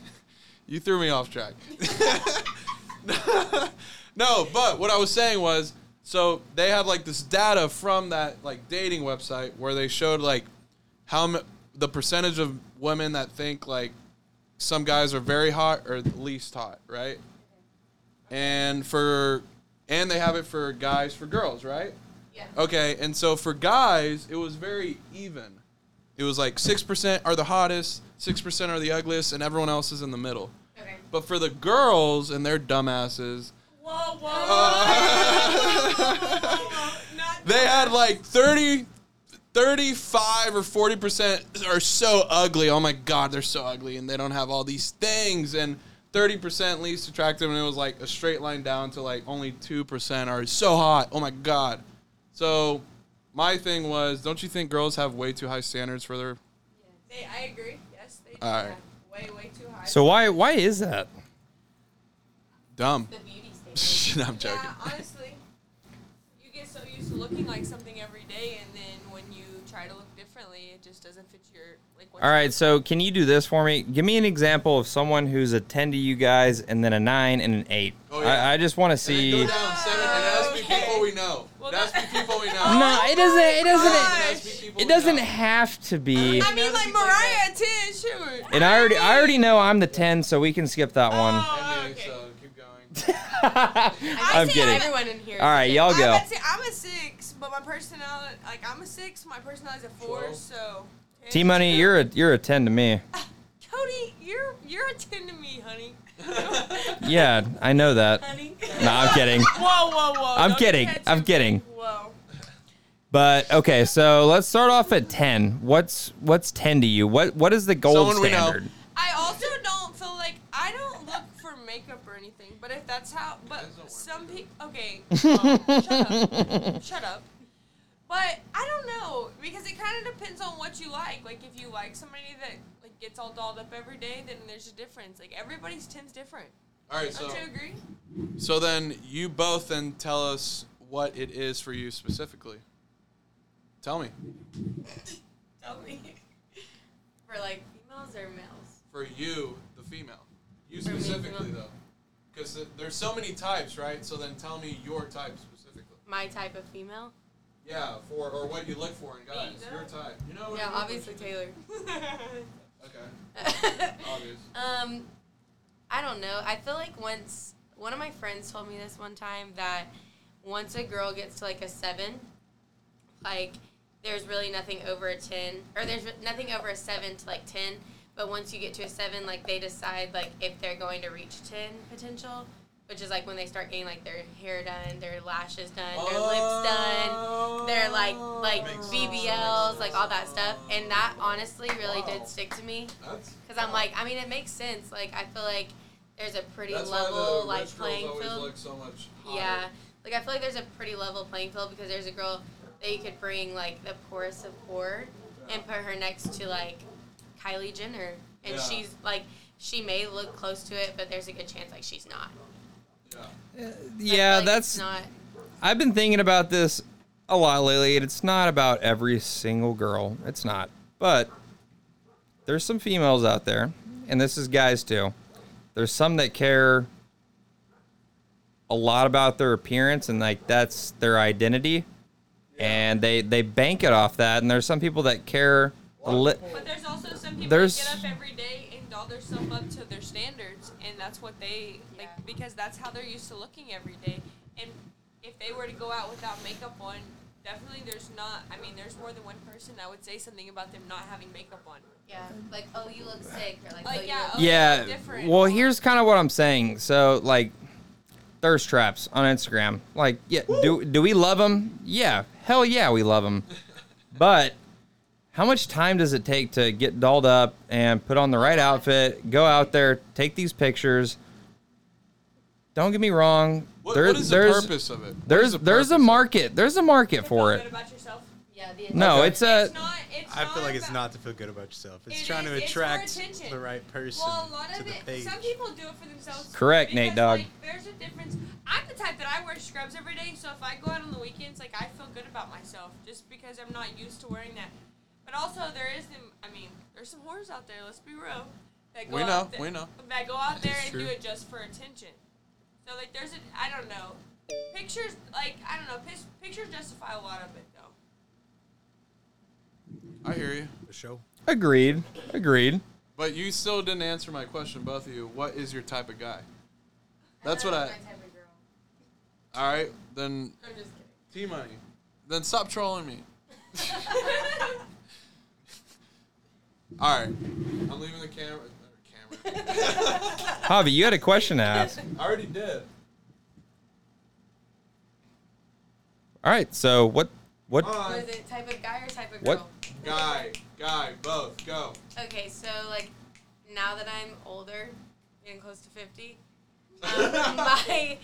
Speaker 2: you threw me off track. no, but what I was saying was, so they have like this data from that like dating website where they showed like how m- the percentage of women that think like some guys are very hot or least hot, right? And for and they have it for guys for girls, right?
Speaker 4: Yeah.
Speaker 2: Okay, and so for guys, it was very even. It was like 6% are the hottest, 6% are the ugliest, and everyone else is in the middle.
Speaker 4: Okay.
Speaker 2: But for the girls and their dumbasses,
Speaker 4: Whoa, whoa, whoa,
Speaker 2: uh,
Speaker 4: whoa, not
Speaker 2: they had like 30, 35 or 40% are so ugly. Oh my God, they're so ugly, and they don't have all these things. And 30% least attractive, and it was like a straight line down to like only 2% are so hot. Oh my God. So my thing was, don't you think girls have way too high standards for their
Speaker 4: They, I agree. Yes, they do.
Speaker 2: All
Speaker 4: that.
Speaker 2: right.
Speaker 4: Way, way too high.
Speaker 1: So why why is that?
Speaker 2: dumb?
Speaker 5: The beauty standard.
Speaker 2: no, I'm joking.
Speaker 4: yeah, honestly, you get so used to looking like something every day, and then when you try to look differently, it just doesn't fit your like. What's
Speaker 1: All right, so can you do this for me? Give me an example of someone who's a ten to you guys, and then a nine and an eight.
Speaker 2: Oh, yeah.
Speaker 1: I, I just want to
Speaker 2: And then
Speaker 1: see.
Speaker 2: go down seven and ask me
Speaker 4: Okay.
Speaker 2: people we know.
Speaker 4: Well,
Speaker 2: ask me
Speaker 4: that-
Speaker 2: people we know.
Speaker 1: No, it doesn't. It
Speaker 4: God.
Speaker 1: doesn't.
Speaker 2: Ask me people
Speaker 1: It
Speaker 2: we
Speaker 1: doesn't
Speaker 2: know.
Speaker 1: have to be.
Speaker 4: I mean, like Mariah at ten, sure.
Speaker 1: And I already I already know I'm the ten, so we can skip that one.
Speaker 4: Oh.
Speaker 2: Anyway,
Speaker 4: okay.
Speaker 2: so uh, keep going.
Speaker 1: I'm kidding.
Speaker 5: Everyone in here. is
Speaker 1: All right,
Speaker 5: a-
Speaker 1: y'all
Speaker 4: I'm
Speaker 1: go.
Speaker 4: a si- I'm a six, but my personality, like I'm a six, my personality's a four,
Speaker 2: Twelve.
Speaker 4: so.
Speaker 1: T Money, you're a you're a ten to me.
Speaker 4: Cody, you're you're a ten to me, honey.
Speaker 1: Yeah, I know that.
Speaker 4: honey.
Speaker 1: No, I'm kidding.
Speaker 4: Whoa, whoa, whoa!
Speaker 1: I'm
Speaker 4: don't
Speaker 1: kidding.
Speaker 4: catch
Speaker 1: I'm
Speaker 4: me.
Speaker 1: kidding.
Speaker 4: Whoa.
Speaker 1: But okay, so let's start off at ten. What's what's ten to you? What what is the gold
Speaker 2: Someone we know.
Speaker 1: standard?
Speaker 4: I also don't feel like I don't look for makeup or anything, but if that's how, but
Speaker 2: Depends on where
Speaker 4: some people, okay, well, shut up, shut up. But I don't know because it kind of depends on what you like. Like if you like somebody that like gets all dolled up every day, then there's a difference. Like everybody's tin's different.
Speaker 2: All right,
Speaker 4: Don't
Speaker 2: so
Speaker 4: you agree?
Speaker 2: so then you both then tell us what it is for you specifically. Tell me.
Speaker 5: Tell me. For like females or males?
Speaker 2: For you, the female. You
Speaker 5: For me,
Speaker 2: specifically
Speaker 5: female.
Speaker 2: though. Cuz there's so many types, right? So then tell me your type specifically.
Speaker 5: My type of female?
Speaker 2: Yeah, for or what you look for in guys.
Speaker 4: Either.
Speaker 2: Your type. You know what I
Speaker 5: Yeah,
Speaker 2: mean?
Speaker 5: obviously Taylor.
Speaker 2: Okay. Obvious.
Speaker 5: um, I don't know. I feel like once one of my friends told me this one time that once a girl gets to like a seven, like there's really nothing over a ten, or there's re- nothing over a seven to like ten. But once you get to a seven, like they decide like if they're going to reach ten potential, which is like when they start getting like their hair done, their lashes done, their lips done. They're like like
Speaker 2: Makes sense.
Speaker 5: BBLs, like all that stuff, and that honestly really
Speaker 2: Wow.
Speaker 5: did stick to me
Speaker 2: That's
Speaker 5: because I'm like, I mean, it makes sense. Like I feel like there's a pretty
Speaker 2: That's why
Speaker 5: level
Speaker 2: the
Speaker 5: like
Speaker 2: rich girls
Speaker 5: playing
Speaker 2: always
Speaker 5: field.
Speaker 2: look so much hotter.
Speaker 5: yeah, like I feel like there's a pretty level playing field because there's a girl that you could bring like the poorest of poor and put her next to like Kylie Jenner, and
Speaker 2: Yeah.
Speaker 5: she's like. She may look close to it, but there's a good chance like she's not.
Speaker 2: Yeah.
Speaker 5: I feel
Speaker 1: Yeah,
Speaker 5: like it's
Speaker 1: that's
Speaker 5: not.
Speaker 1: I've been thinking about this a lot lately, and it's not about every single girl. It's not. But there's some females out there, and this is guys too. There's some that care a lot about their appearance and like that's their identity. And they they bank it off that. And there's some people that care a li-
Speaker 4: But there's also some people
Speaker 1: There's-
Speaker 4: that get up every day and doll themselves up to their standards, and that's what they
Speaker 5: Yeah.
Speaker 4: like because that's how they're used to looking every day. And if they were to go out without makeup on, definitely there's not. I mean, there's more than one person that would say something about them not having makeup on.
Speaker 5: Yeah. Like, oh, you look sick. Or like,
Speaker 4: Like,
Speaker 5: oh,
Speaker 4: yeah,
Speaker 5: you look
Speaker 4: oh,
Speaker 1: yeah.
Speaker 4: different.
Speaker 1: Well, here's kind of what I'm saying. So like, thirst traps on Instagram. Like, yeah, do do we love them? Yeah, hell yeah, we love them. But how much time does it take to get dolled up and put on the right outfit, go out there, take these pictures? Don't get me wrong.
Speaker 2: What,
Speaker 1: there-
Speaker 2: what is the
Speaker 1: there's
Speaker 2: purpose of it? What
Speaker 1: there's
Speaker 2: is the
Speaker 1: there's a
Speaker 2: purpose of it?
Speaker 1: market. There's a market
Speaker 4: To
Speaker 1: for
Speaker 4: feel
Speaker 1: it. Uh,
Speaker 4: good about yourself.
Speaker 5: Yeah, the
Speaker 1: No,
Speaker 5: attention.
Speaker 1: it's a
Speaker 4: It's not. It's
Speaker 3: I feel
Speaker 4: not
Speaker 3: like it's
Speaker 4: about-
Speaker 3: not to feel good about yourself. It's
Speaker 4: It
Speaker 3: trying
Speaker 4: is,
Speaker 3: to
Speaker 4: it's for
Speaker 3: attract
Speaker 4: attention.
Speaker 3: the right person
Speaker 4: Well, a lot
Speaker 3: to
Speaker 4: of
Speaker 3: the
Speaker 4: it.
Speaker 3: page.
Speaker 4: Some people do it for themselves.
Speaker 1: Correct, Nate
Speaker 4: because,
Speaker 1: Dogg.
Speaker 4: Like, there's a difference. I'm the type that I wear scrubs every day, so if I go out on the weekends, like I feel good about myself just because I'm not used to wearing that. But also, there is, them- I mean, there's some whores out there. Let's be real. That go
Speaker 2: We know,
Speaker 4: out there-
Speaker 2: we know.
Speaker 4: That go out there
Speaker 3: It's
Speaker 4: and
Speaker 3: true.
Speaker 4: do it just for attention. So like, there's a, I don't know. Pictures, like I don't know. Pis- pictures justify a lot of it, though.
Speaker 2: I hear you.
Speaker 3: The show.
Speaker 1: Agreed. Agreed.
Speaker 2: But you still didn't answer my question, both of you. What is your type of guy? That's what
Speaker 5: I'm
Speaker 2: I.
Speaker 5: not my type of girl.
Speaker 2: All right, then
Speaker 4: I'm just
Speaker 2: T
Speaker 4: kidding.
Speaker 2: money. Then stop trolling me. All right, I'm leaving the camera. or Camera.
Speaker 1: Javi, you had a question to ask.
Speaker 2: I already did.
Speaker 1: All right. So what what
Speaker 2: Bye.
Speaker 5: Was it type of guy or type of
Speaker 1: What?
Speaker 5: girl?
Speaker 2: Guy, guy, both, go.
Speaker 5: Okay, so like now that I'm older, getting close to 50, um, my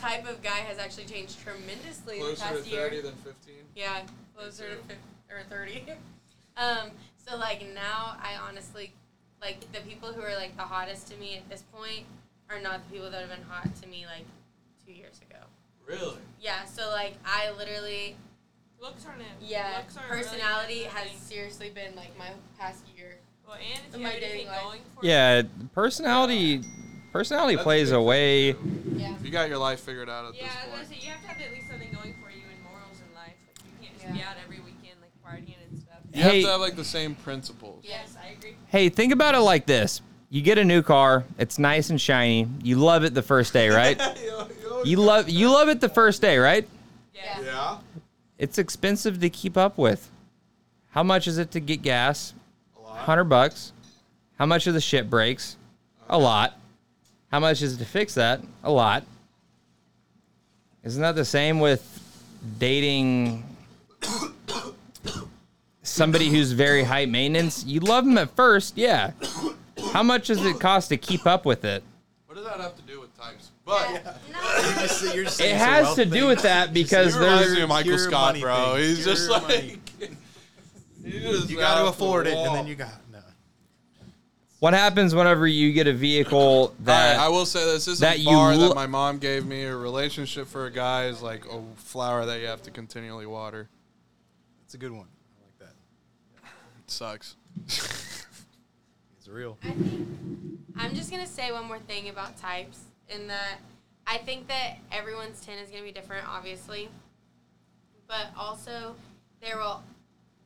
Speaker 5: type of guy has actually changed tremendously in the
Speaker 2: Closer to
Speaker 5: past
Speaker 2: 30
Speaker 5: year.
Speaker 2: than 15.
Speaker 5: Yeah, closer to 50 or 30. um, so like now I honestly like the people who are like the hottest to me at this point are not the people that have been hot to me like 2 years ago.
Speaker 2: Really?
Speaker 5: Yeah, so like I literally
Speaker 4: Looks aren't it.
Speaker 5: yeah,
Speaker 4: Looks aren't really
Speaker 5: personality has
Speaker 4: everything.
Speaker 5: seriously been like my past year.
Speaker 4: Well, and if
Speaker 5: in
Speaker 4: you
Speaker 5: my
Speaker 4: have
Speaker 5: dating
Speaker 4: anything
Speaker 5: life.
Speaker 4: going for you.
Speaker 1: Yeah, personality personality
Speaker 2: That's
Speaker 1: plays
Speaker 2: good
Speaker 1: a
Speaker 2: for
Speaker 1: way.
Speaker 2: you.
Speaker 5: Yeah.
Speaker 2: You got your life figured out at
Speaker 4: Yeah, I was
Speaker 2: this
Speaker 4: gonna
Speaker 2: point.
Speaker 4: say you have to have at least something going for you in morals in life. Like you can't just be
Speaker 5: Yeah.
Speaker 4: out every weekend like partying and stuff.
Speaker 2: You
Speaker 1: Hey.
Speaker 2: have to have like the same principles.
Speaker 4: Yes, I agree.
Speaker 1: Hey, think about it like this. You get a new car, it's nice and shiny. You love it the first day, right? You love you love it the first day, right?
Speaker 4: Yes.
Speaker 2: Yeah.
Speaker 1: It's expensive to keep up with. How much is it to get gas?
Speaker 2: A lot.
Speaker 1: 100 bucks. How much of the shit breaks? A lot. How much is it to fix that? A lot. Isn't that the same with dating somebody who's very high maintenance? You love them at first, yeah. How much does it cost to keep up with it?
Speaker 2: What does that have to do with types? But
Speaker 5: No,
Speaker 1: It has to do with that because
Speaker 2: He reminds
Speaker 1: there's
Speaker 2: me of Michael
Speaker 3: pure
Speaker 2: Scott,
Speaker 3: money
Speaker 2: bro.
Speaker 3: thing.
Speaker 2: He's
Speaker 3: Pure
Speaker 2: just
Speaker 3: money.
Speaker 2: like. he just
Speaker 3: You got to
Speaker 2: off the
Speaker 3: afford it,
Speaker 2: wall.
Speaker 3: and then you got no.
Speaker 1: what happens whenever you get a vehicle that
Speaker 2: Alright, I will say this: this is
Speaker 1: that
Speaker 2: a
Speaker 1: you
Speaker 2: bar
Speaker 1: lo-
Speaker 2: that my mom gave me. A relationship for a guy is like a flower that you have to continually water.
Speaker 3: It's a good one. I like that.
Speaker 2: It sucks.
Speaker 3: It's real.
Speaker 5: I think I'm just gonna say one more thing about types in that I think that everyone's ten is gonna be different, obviously, but also there will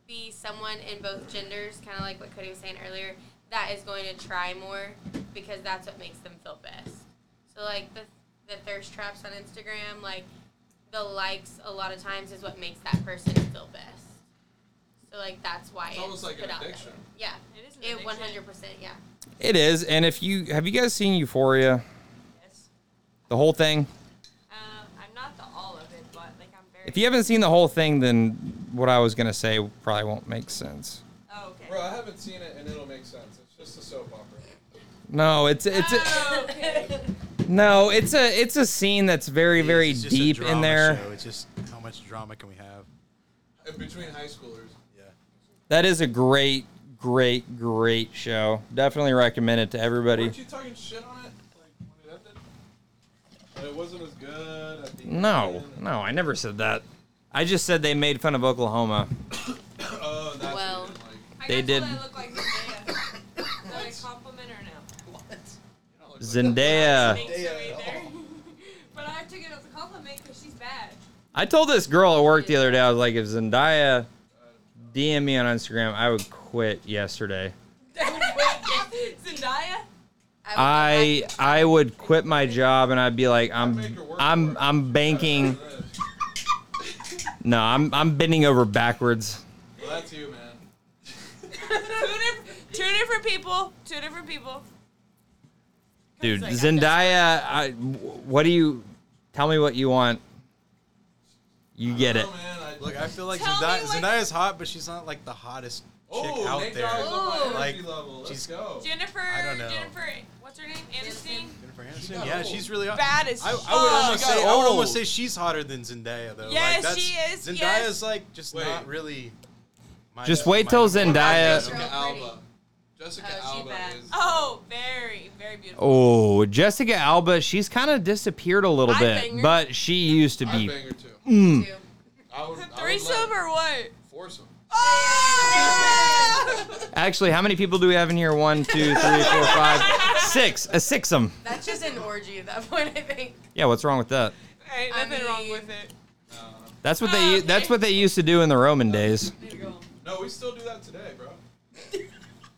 Speaker 5: be someone in both genders, kind of like what Cody was saying earlier, that is going to try more because that's what makes them feel best. So like the the thirst traps on Instagram, like the likes a lot of times is what makes that person feel best. So like that's why it's,
Speaker 2: almost like an
Speaker 5: put out there.
Speaker 2: addiction.
Speaker 5: Yeah,
Speaker 4: It is an
Speaker 5: it
Speaker 4: addiction.
Speaker 5: 100% yeah.
Speaker 1: it is. And if you have you guys seen Euphoria,
Speaker 4: Yes.
Speaker 1: the whole thing?
Speaker 4: Uh, I'm not the all of it, but like I'm very.
Speaker 1: If you haven't seen the whole thing, then what I was gonna say probably won't make sense.
Speaker 4: Oh, okay.
Speaker 2: Bro, I haven't seen it, and it'll make sense. It's just a soap opera.
Speaker 1: No, it's it's a,
Speaker 4: Oh, okay.
Speaker 1: no, it's a it's a scene that's very very
Speaker 3: It's just a
Speaker 1: deep in
Speaker 3: drama
Speaker 1: there.
Speaker 3: Show. It's just how much drama can we have?
Speaker 2: And between high schoolers.
Speaker 3: Yeah.
Speaker 1: That is a great, great, great show. Definitely recommend it to everybody.
Speaker 2: Weren't you talking shit on it? Like when it ended? That it wasn't as good. At the
Speaker 1: No,
Speaker 2: end.
Speaker 1: no, I never said that. I just said they made fun of Oklahoma.
Speaker 2: Oh, that's
Speaker 5: Well.
Speaker 2: well. Like,
Speaker 4: I
Speaker 1: They
Speaker 4: guess
Speaker 1: did-
Speaker 4: what I look like Zendaya. Is that a compliment or no?
Speaker 2: you don't look like
Speaker 1: Zendaya.
Speaker 4: Thanks to me
Speaker 2: Zendaya at
Speaker 4: there. but I took it as a compliment because she's bad.
Speaker 1: I told this girl at work the other day, I was like, if Zendaya DM me on Instagram, I would quit yesterday.
Speaker 4: Zendaya.
Speaker 1: I I would quit my job and I'd be like, I'm I'm I'm banking.
Speaker 2: this.
Speaker 1: No, I'm I'm bending over backwards.
Speaker 2: Well, that's you, man.
Speaker 4: Who did- Two different people. Two different people.
Speaker 1: Dude,
Speaker 4: Like,
Speaker 1: Zendaya, I, what do you tell me what you want? You get it.
Speaker 3: Look, I feel like
Speaker 4: Tell
Speaker 3: Zendaya,
Speaker 4: me what- Oh,
Speaker 3: Zendaya's hot, but she's not like the hottest chick
Speaker 2: oh,
Speaker 3: out there.
Speaker 5: Oh.
Speaker 3: Like, she's-
Speaker 4: Jennifer.
Speaker 3: I don't know.
Speaker 4: Jennifer. What's her name? Aniston.
Speaker 3: Jennifer
Speaker 2: She
Speaker 3: Aniston?
Speaker 2: got
Speaker 3: Yeah,
Speaker 2: old.
Speaker 3: she's really hot.
Speaker 4: Bad as
Speaker 3: I, I would
Speaker 4: fuck.
Speaker 3: almost
Speaker 2: She got
Speaker 3: say I would
Speaker 2: old.
Speaker 3: almost say she's hotter than Zendaya though.
Speaker 4: Yes,
Speaker 3: like, that's,
Speaker 4: she is,
Speaker 3: Zendaya's
Speaker 4: yes.
Speaker 3: like just
Speaker 2: Wait.
Speaker 3: not really. My,
Speaker 1: Just wait till Zendaya-
Speaker 2: Jessica Alba. Jessica
Speaker 5: Oh, she
Speaker 2: Alba
Speaker 5: bad.
Speaker 2: is.
Speaker 4: Oh, very, very beautiful.
Speaker 1: Oh, Jessica Alba, she's kind of disappeared a little
Speaker 4: I
Speaker 1: bit,
Speaker 4: bang her.
Speaker 1: but she used to
Speaker 2: I'd
Speaker 1: be. mm.
Speaker 2: bang her too.
Speaker 5: too.
Speaker 3: hmm.
Speaker 2: I would, I would
Speaker 4: Threesome
Speaker 2: let
Speaker 4: or what?
Speaker 2: foursome.
Speaker 4: Oh!
Speaker 1: Actually, how many people do we have in here? One, two, three, four, five, six. A sixum.
Speaker 5: That's just an orgy at that point, I think.
Speaker 1: Yeah, what's wrong with that?
Speaker 4: Ain't
Speaker 5: I
Speaker 4: nothing wrong
Speaker 5: mean-
Speaker 4: with it.
Speaker 1: That's what
Speaker 4: Oh,
Speaker 1: they.
Speaker 4: okay.
Speaker 1: That's what they used to do in the Roman days.
Speaker 2: No, we still do that today, bro.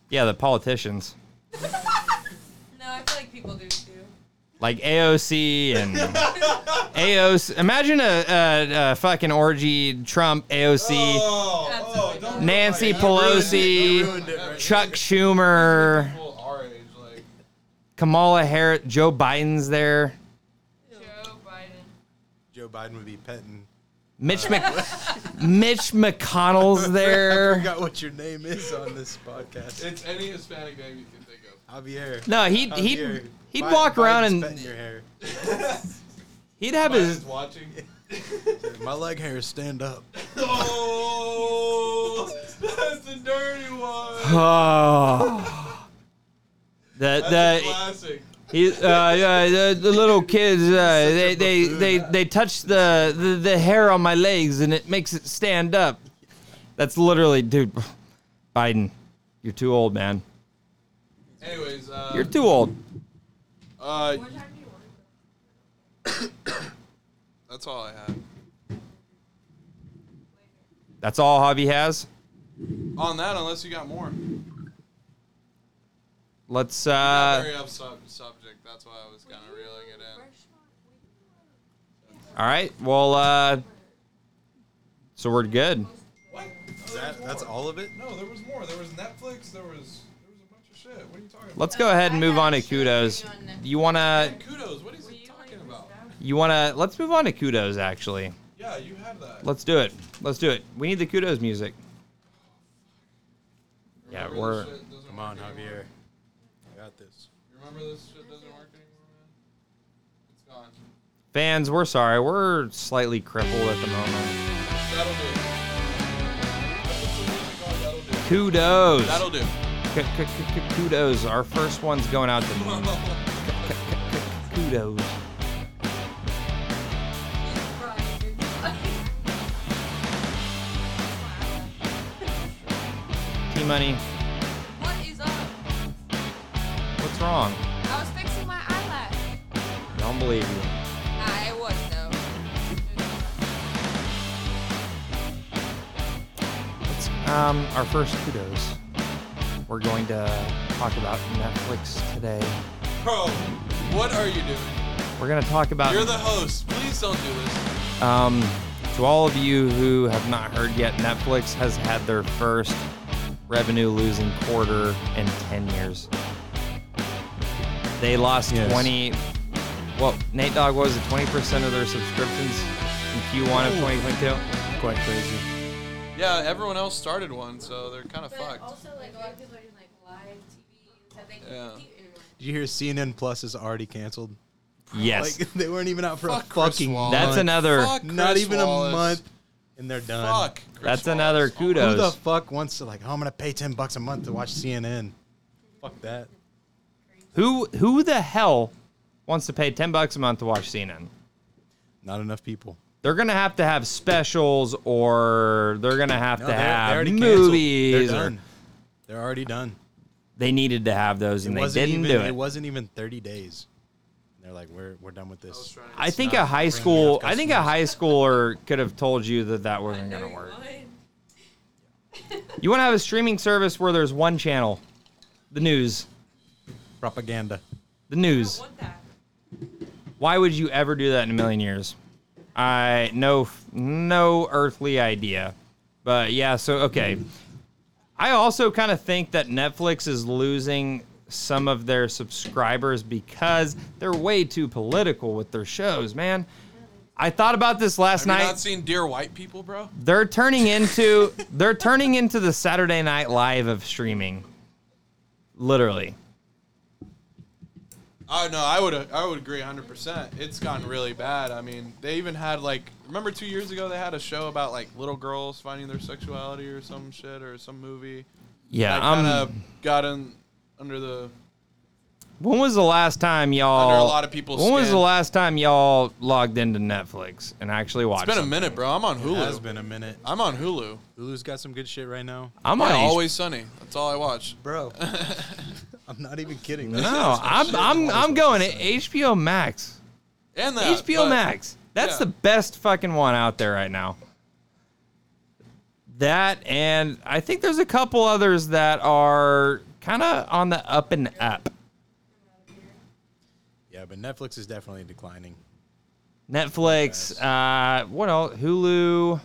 Speaker 1: Yeah, the politicians
Speaker 5: No, I feel like people do too.
Speaker 1: like AOC and AOC. Imagine a, a, a fucking orgy. Trump, AOC,
Speaker 2: Oh,
Speaker 5: That's
Speaker 2: oh,
Speaker 5: okay.
Speaker 2: don't
Speaker 1: Nancy
Speaker 2: ruin my-
Speaker 1: Pelosi,
Speaker 2: You ruined it right
Speaker 1: Chuck
Speaker 2: there.
Speaker 1: Schumer,
Speaker 2: People our age, like,
Speaker 1: Kamala Harris, Joe Biden's there.
Speaker 4: Joe Biden.
Speaker 3: Joe Biden would be petting.
Speaker 1: Mitch Mc, Mitch McConnell's there.
Speaker 3: I forgot what your name is on this podcast.
Speaker 2: it's any Hispanic name you can think of.
Speaker 3: Javier.
Speaker 1: No, he'd
Speaker 3: Javier.
Speaker 1: he'd he'd
Speaker 3: Biden-
Speaker 1: walk around
Speaker 3: Biden's
Speaker 1: and
Speaker 3: petting your hair.
Speaker 1: he'd have
Speaker 2: Biden's
Speaker 1: his
Speaker 2: watching.
Speaker 3: My leg hair stand up.
Speaker 2: oh, that's the dirty one.
Speaker 1: oh the
Speaker 2: That's a
Speaker 1: the
Speaker 2: classic.
Speaker 1: he, uh, uh, the, the little kids uh, they, they they they touch the, the the hair on my legs and it makes it stand up. That's literally, dude. Biden, you're too old, man.
Speaker 2: Anyways, uh,
Speaker 1: You're too old.
Speaker 2: uh, that's all I had.
Speaker 1: That's all Javi has.
Speaker 2: On that, unless you got more.
Speaker 1: Uh, Let's
Speaker 2: Not
Speaker 1: uh,
Speaker 2: very up sub- subject. That's why I was kind of reeling it in.
Speaker 1: All right. Well, uh, so we're good.
Speaker 2: What?
Speaker 3: Is that, that's all of it?
Speaker 2: No, there was more. There was Netflix. There was there was a bunch of shit. What are you talking
Speaker 1: Let's go ahead and move on to kudos. You wanna,
Speaker 2: Kudos. What is he talking about?
Speaker 1: you wanna. Let's move on to kudos. Actually,
Speaker 2: Yeah, you have that.
Speaker 1: let's do it. Let's do it. We need the kudos music. Yeah,
Speaker 2: Remember this
Speaker 1: we're-
Speaker 2: shit doesn't
Speaker 3: Come on,
Speaker 2: work anymore?
Speaker 3: Javier. I got this.
Speaker 2: Remember this shit doesn't work anymore, man. It's gone.
Speaker 1: Fans, we're sorry. We're slightly crippled at the moment.
Speaker 2: That'll do. That's what the music on That'll do.
Speaker 1: Kudos.
Speaker 2: That'll do.
Speaker 1: K- k- k- k- Kudos. Our first one's going out to kudos. T money.
Speaker 4: What is up?
Speaker 1: What's wrong?
Speaker 4: I was fixing my eyelash.
Speaker 1: Don't believe you.
Speaker 4: Nah, it was though.
Speaker 1: It's, um, our first kudos. We're going to talk about Netflix today.
Speaker 2: Bro, what are you doing?
Speaker 1: We're going to talk about
Speaker 2: You're the host. Please don't do this.
Speaker 1: um, to all of you who have not heard yet. Netflix has had their first revenue losing quarter in ten years. They lost
Speaker 3: Yes.
Speaker 1: twenty. Well, Nate Dogg what was it twenty percent of their subscriptions in Q1 of 2022.
Speaker 3: Oh. Quite crazy.
Speaker 2: Yeah, everyone else started one, so they're kind of fucked.
Speaker 5: also, like, a lot of people are doing, like, live TV and stuff. They can't
Speaker 2: Yeah.
Speaker 5: do it anymore.
Speaker 3: Did you hear CNN Plus is already canceled?
Speaker 1: Yes,
Speaker 3: Like uh, they weren't even out for
Speaker 2: Fuck
Speaker 3: a
Speaker 2: Chris
Speaker 3: fucking
Speaker 2: Wallace.
Speaker 1: that's
Speaker 3: month.
Speaker 1: another.
Speaker 2: Fuck Chris
Speaker 3: Not even
Speaker 2: Wallace.
Speaker 3: a month, and they're done.
Speaker 2: Fuck. Chris
Speaker 1: That's
Speaker 2: Wallace.
Speaker 1: another
Speaker 2: Oh my
Speaker 1: kudos.
Speaker 3: Who the fuck wants to like? Oh, I'm gonna pay ten bucks a month to watch CNN. Fuck that.
Speaker 1: Who who the hell wants to pay ten bucks a month to watch CNN?
Speaker 3: Not enough people.
Speaker 1: They're gonna have to have specials, or they're gonna have to
Speaker 3: they're-
Speaker 1: have
Speaker 3: already canceled.
Speaker 1: movies.
Speaker 3: They're
Speaker 1: or-
Speaker 3: done. They're already done.
Speaker 1: they needed to have those, and they didn't
Speaker 3: even.
Speaker 1: do it.
Speaker 3: wasn't even 30 days. And they're like, we're we're done with
Speaker 2: I was
Speaker 3: this.
Speaker 2: trying to-
Speaker 1: I think
Speaker 3: not
Speaker 1: a high
Speaker 3: bringing enough
Speaker 1: school, I think a
Speaker 3: customers.
Speaker 1: high schooler could have told you that that wasn't
Speaker 4: No,
Speaker 1: gonna
Speaker 4: you
Speaker 1: work.
Speaker 4: wouldn't.
Speaker 1: You want to have a streaming service where there's one channel, the news,
Speaker 3: Propaganda.
Speaker 1: the
Speaker 4: I
Speaker 1: news.
Speaker 4: don't want that.
Speaker 1: Why would you ever do that in a million years? I no no earthly idea. But yeah, so okay. I also kind of think that Netflix is losing some of their subscribers because they're way too political with their shows, man. I thought about this last
Speaker 2: Have you
Speaker 1: night.
Speaker 2: not seen Dear White People, bro?
Speaker 1: they're turning into they're turning into the Saturday Night Live of streaming. Literally.
Speaker 2: Oh no, I would I would agree 100. percent It's gotten really bad. I mean, they even had like remember two years ago they had a show about like little girls finding their sexuality or some shit or some movie.
Speaker 1: Yeah,
Speaker 2: I
Speaker 1: I'm-
Speaker 2: kind of got in under the
Speaker 1: When was the last time y'all?
Speaker 2: Under a lot of people's
Speaker 1: When was
Speaker 2: skin.
Speaker 1: the last time y'all logged into Netflix and actually watched?
Speaker 2: It's been a
Speaker 1: something?
Speaker 2: minute, bro. I'm on
Speaker 3: It has
Speaker 2: Hulu.
Speaker 3: been a minute.
Speaker 2: I'm on Hulu.
Speaker 3: Hulu's got some good shit right now.
Speaker 1: I'm on
Speaker 2: Yeah,
Speaker 1: H-
Speaker 2: Always Sunny. That's all I watch.
Speaker 3: Bro, I'm not even kidding.
Speaker 1: No, I'm I'm I'm going to HBO Max.
Speaker 2: And the
Speaker 1: HBO
Speaker 2: but-
Speaker 1: Max. That's
Speaker 2: yeah.
Speaker 1: the best fucking one out there right now. That and I think there's a couple others that are kind of on the up and up.
Speaker 3: Yeah, but Netflix is definitely declining.
Speaker 1: Netflix, uh, what else? Hulu.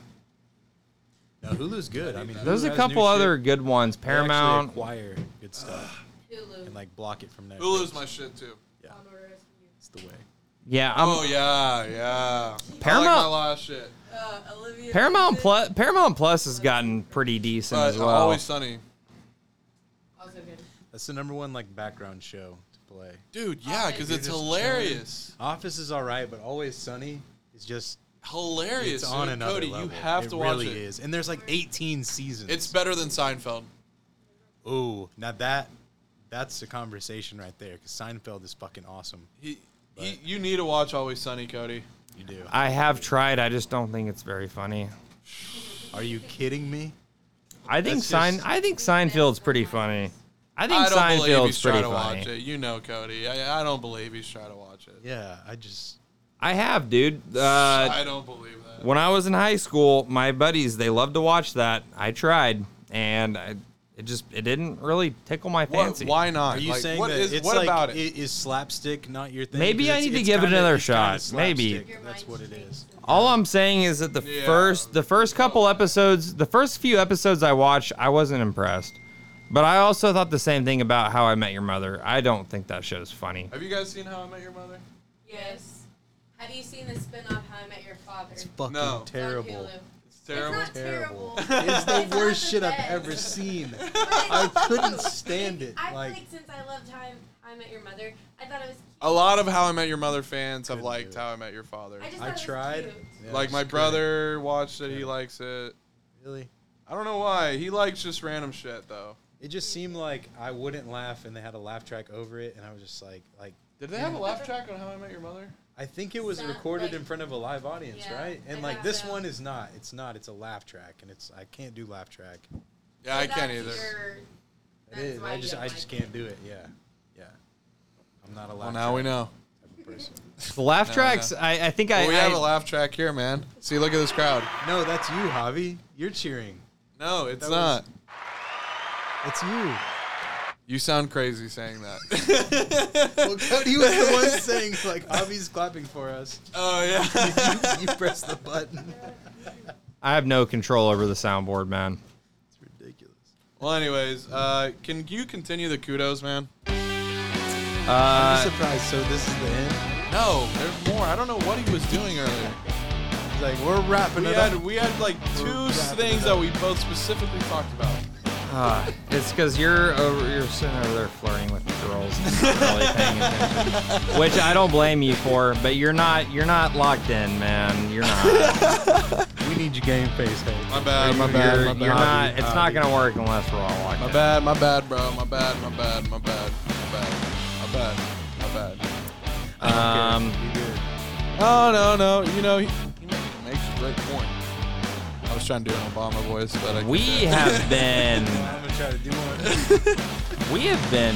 Speaker 3: No, Hulu's good. I mean,
Speaker 1: There's
Speaker 3: Hulu
Speaker 1: a
Speaker 3: has
Speaker 1: couple
Speaker 3: new
Speaker 1: other
Speaker 3: shit.
Speaker 1: good ones.
Speaker 3: They actually
Speaker 1: Paramount.
Speaker 3: acquire good stuff
Speaker 5: Hulu.
Speaker 3: and like block it from Netflix.
Speaker 2: Hulu's my shit too.
Speaker 3: Yeah, it's the way.
Speaker 1: Yeah, I'm,
Speaker 2: Oh yeah, yeah.
Speaker 1: Paramount-
Speaker 2: I like my last shit.
Speaker 4: Uh, Olivia.
Speaker 1: Paramount Plus Paramount Plus has gotten pretty decent
Speaker 2: But
Speaker 1: as well.
Speaker 2: Always Sunny.
Speaker 5: Also good.
Speaker 3: That's the number one like background show to play.
Speaker 2: Oh, Dude, yeah, because
Speaker 3: You're
Speaker 2: it's
Speaker 3: just
Speaker 2: hilarious.
Speaker 3: Office is all right, but Always Sunny is just
Speaker 2: Hilarious.
Speaker 3: it's on
Speaker 2: dude.
Speaker 3: another
Speaker 2: Cody,
Speaker 3: level.
Speaker 2: you have
Speaker 3: it
Speaker 2: to
Speaker 3: really
Speaker 2: watch it.
Speaker 3: is. And there's like 18 seasons.
Speaker 2: It's better than Seinfeld.
Speaker 3: Ooh, now that that's a conversation right there because Seinfeld is fucking awesome.
Speaker 2: He, he, you need to watch Always Sunny, Cody.
Speaker 3: You do.
Speaker 1: I have tried. I just don't think it's very funny.
Speaker 3: Are you kidding me?
Speaker 1: I think
Speaker 2: That's
Speaker 1: Sein.
Speaker 2: just-
Speaker 1: I think Seinfeld's pretty funny. I think
Speaker 2: I don't believe
Speaker 1: Seinfeld's
Speaker 2: he's trying
Speaker 1: pretty
Speaker 2: to watch
Speaker 1: funny.
Speaker 2: it. You know, Cody. I, I don't believe he's trying to watch it.
Speaker 3: Yeah, I just
Speaker 1: I have, dude. Uh,
Speaker 2: I don't believe that.
Speaker 1: when I was in high school, my buddies they loved to watch that. I tried, and I, it just it didn't really tickle my
Speaker 2: What-
Speaker 1: fancy.
Speaker 2: why not?
Speaker 3: Are you
Speaker 2: Like,
Speaker 3: saying
Speaker 2: what
Speaker 3: that
Speaker 2: is-
Speaker 3: it's
Speaker 2: what
Speaker 3: like,
Speaker 2: about it?
Speaker 3: i- Is slapstick not your thing?
Speaker 1: Maybe
Speaker 3: 'Cause
Speaker 1: I
Speaker 3: it's-
Speaker 1: need to
Speaker 3: it's
Speaker 1: give it
Speaker 3: kinda-
Speaker 1: another
Speaker 3: it's kinda
Speaker 1: shot. Maybe.
Speaker 3: slapstick. that's what it is.
Speaker 1: All I'm saying is that the
Speaker 2: Yeah.
Speaker 1: first the first couple episodes, the first few episodes I watched, I wasn't impressed. But I also thought the same thing about How I Met Your Mother. I don't think that show's funny.
Speaker 2: Have you guys seen How I Met Your Mother?
Speaker 5: Yes. Have you seen the spin-off How I Met Your Father?
Speaker 3: It's fucking
Speaker 2: No. It's
Speaker 3: terrible.
Speaker 2: It's terrible.
Speaker 5: It's not terrible.
Speaker 3: It's the
Speaker 5: not
Speaker 3: worst
Speaker 5: the
Speaker 3: shit I've
Speaker 5: best.
Speaker 3: ever seen.
Speaker 5: But it's
Speaker 3: I couldn't
Speaker 5: cute.
Speaker 3: stand it,
Speaker 5: I feel
Speaker 3: like-
Speaker 5: like, since I loved How I- How I Met Your Mother, I thought it was. Cute.
Speaker 2: A lot of How I Met Your Mother fans have
Speaker 3: Couldn't
Speaker 2: liked
Speaker 3: do it.
Speaker 2: How I Met Your Father.
Speaker 5: I just
Speaker 3: I
Speaker 5: thought It
Speaker 3: tried.
Speaker 5: was cute.
Speaker 3: Yeah,
Speaker 2: like
Speaker 3: just
Speaker 2: my
Speaker 3: couldn't.
Speaker 2: brother watched it. He likes it.
Speaker 3: Really?
Speaker 2: I don't know why. He likes just random shit though.
Speaker 3: It just seemed like I wouldn't laugh, and they had a laugh track over it, and I was just like, like
Speaker 2: Did they have a laugh track on How I Met Your Mother?
Speaker 3: I think it was
Speaker 5: Not
Speaker 3: recorded
Speaker 5: like-
Speaker 3: in front of a live audience,
Speaker 5: Yeah,
Speaker 3: right? And
Speaker 5: I
Speaker 3: like
Speaker 5: thought
Speaker 3: this
Speaker 5: so.
Speaker 3: one is not. It's not. It's a laugh track, and it's I can't do laugh track.
Speaker 2: Yeah, I
Speaker 5: So
Speaker 2: can't
Speaker 5: that's
Speaker 2: either.
Speaker 5: your-
Speaker 3: It
Speaker 5: that's
Speaker 3: is.
Speaker 5: why
Speaker 3: I
Speaker 5: you
Speaker 3: just
Speaker 5: don't
Speaker 3: I
Speaker 5: like
Speaker 3: just
Speaker 5: it.
Speaker 3: can't do it. Yeah, yeah. I'm not a
Speaker 2: Well,
Speaker 3: laugh.
Speaker 2: now we
Speaker 3: track
Speaker 2: know.
Speaker 3: type of person.
Speaker 1: The laugh
Speaker 2: No,
Speaker 1: tracks,
Speaker 2: no.
Speaker 1: I, I think I,
Speaker 2: Well, we have
Speaker 1: I-
Speaker 2: a laugh track here, man. See, look at this crowd.
Speaker 3: No, that's you, Javi. You're cheering.
Speaker 2: No, it's
Speaker 3: That
Speaker 2: not.
Speaker 3: was- It's you.
Speaker 2: You sound crazy saying that.
Speaker 3: Well, Cody was the one saying like Javi's clapping for us.
Speaker 2: oh
Speaker 3: you,
Speaker 2: yeah.
Speaker 3: you press the button.
Speaker 1: I have no control over the soundboard, man.
Speaker 3: It's ridiculous.
Speaker 2: well, anyways, uh, can you continue the kudos, man?
Speaker 3: I'm
Speaker 1: Uh,
Speaker 3: surprised. So this is the end.
Speaker 2: No, there's more. I don't know what he was doing earlier.
Speaker 3: It's like we're wrapping
Speaker 2: We
Speaker 3: it
Speaker 2: had
Speaker 3: up.
Speaker 2: we had like two
Speaker 3: wrapping
Speaker 2: things
Speaker 3: it
Speaker 2: that
Speaker 3: up.
Speaker 2: we both specifically talked about.
Speaker 1: uh, it's because you're over, you're sitting over there flirting with the girls, and not really paying attention, which I don't blame you for. But you're not you're not locked in, man. You're not.
Speaker 3: We need your game face, hey.
Speaker 2: My bad, my
Speaker 1: you're,
Speaker 2: bad, my
Speaker 1: you're
Speaker 2: bad.
Speaker 1: not. It's not gonna work unless we're all locked
Speaker 2: My
Speaker 1: in.
Speaker 2: bad, my bad, bro. My bad, my bad, my bad, my bad, my bad, my bad.
Speaker 1: Um,
Speaker 3: You good.
Speaker 2: Oh no, no, you know he, he ma- makes a great point. I was trying to do an Obama voice, but I
Speaker 1: we have been
Speaker 3: I'm gonna try to do one.
Speaker 1: we have been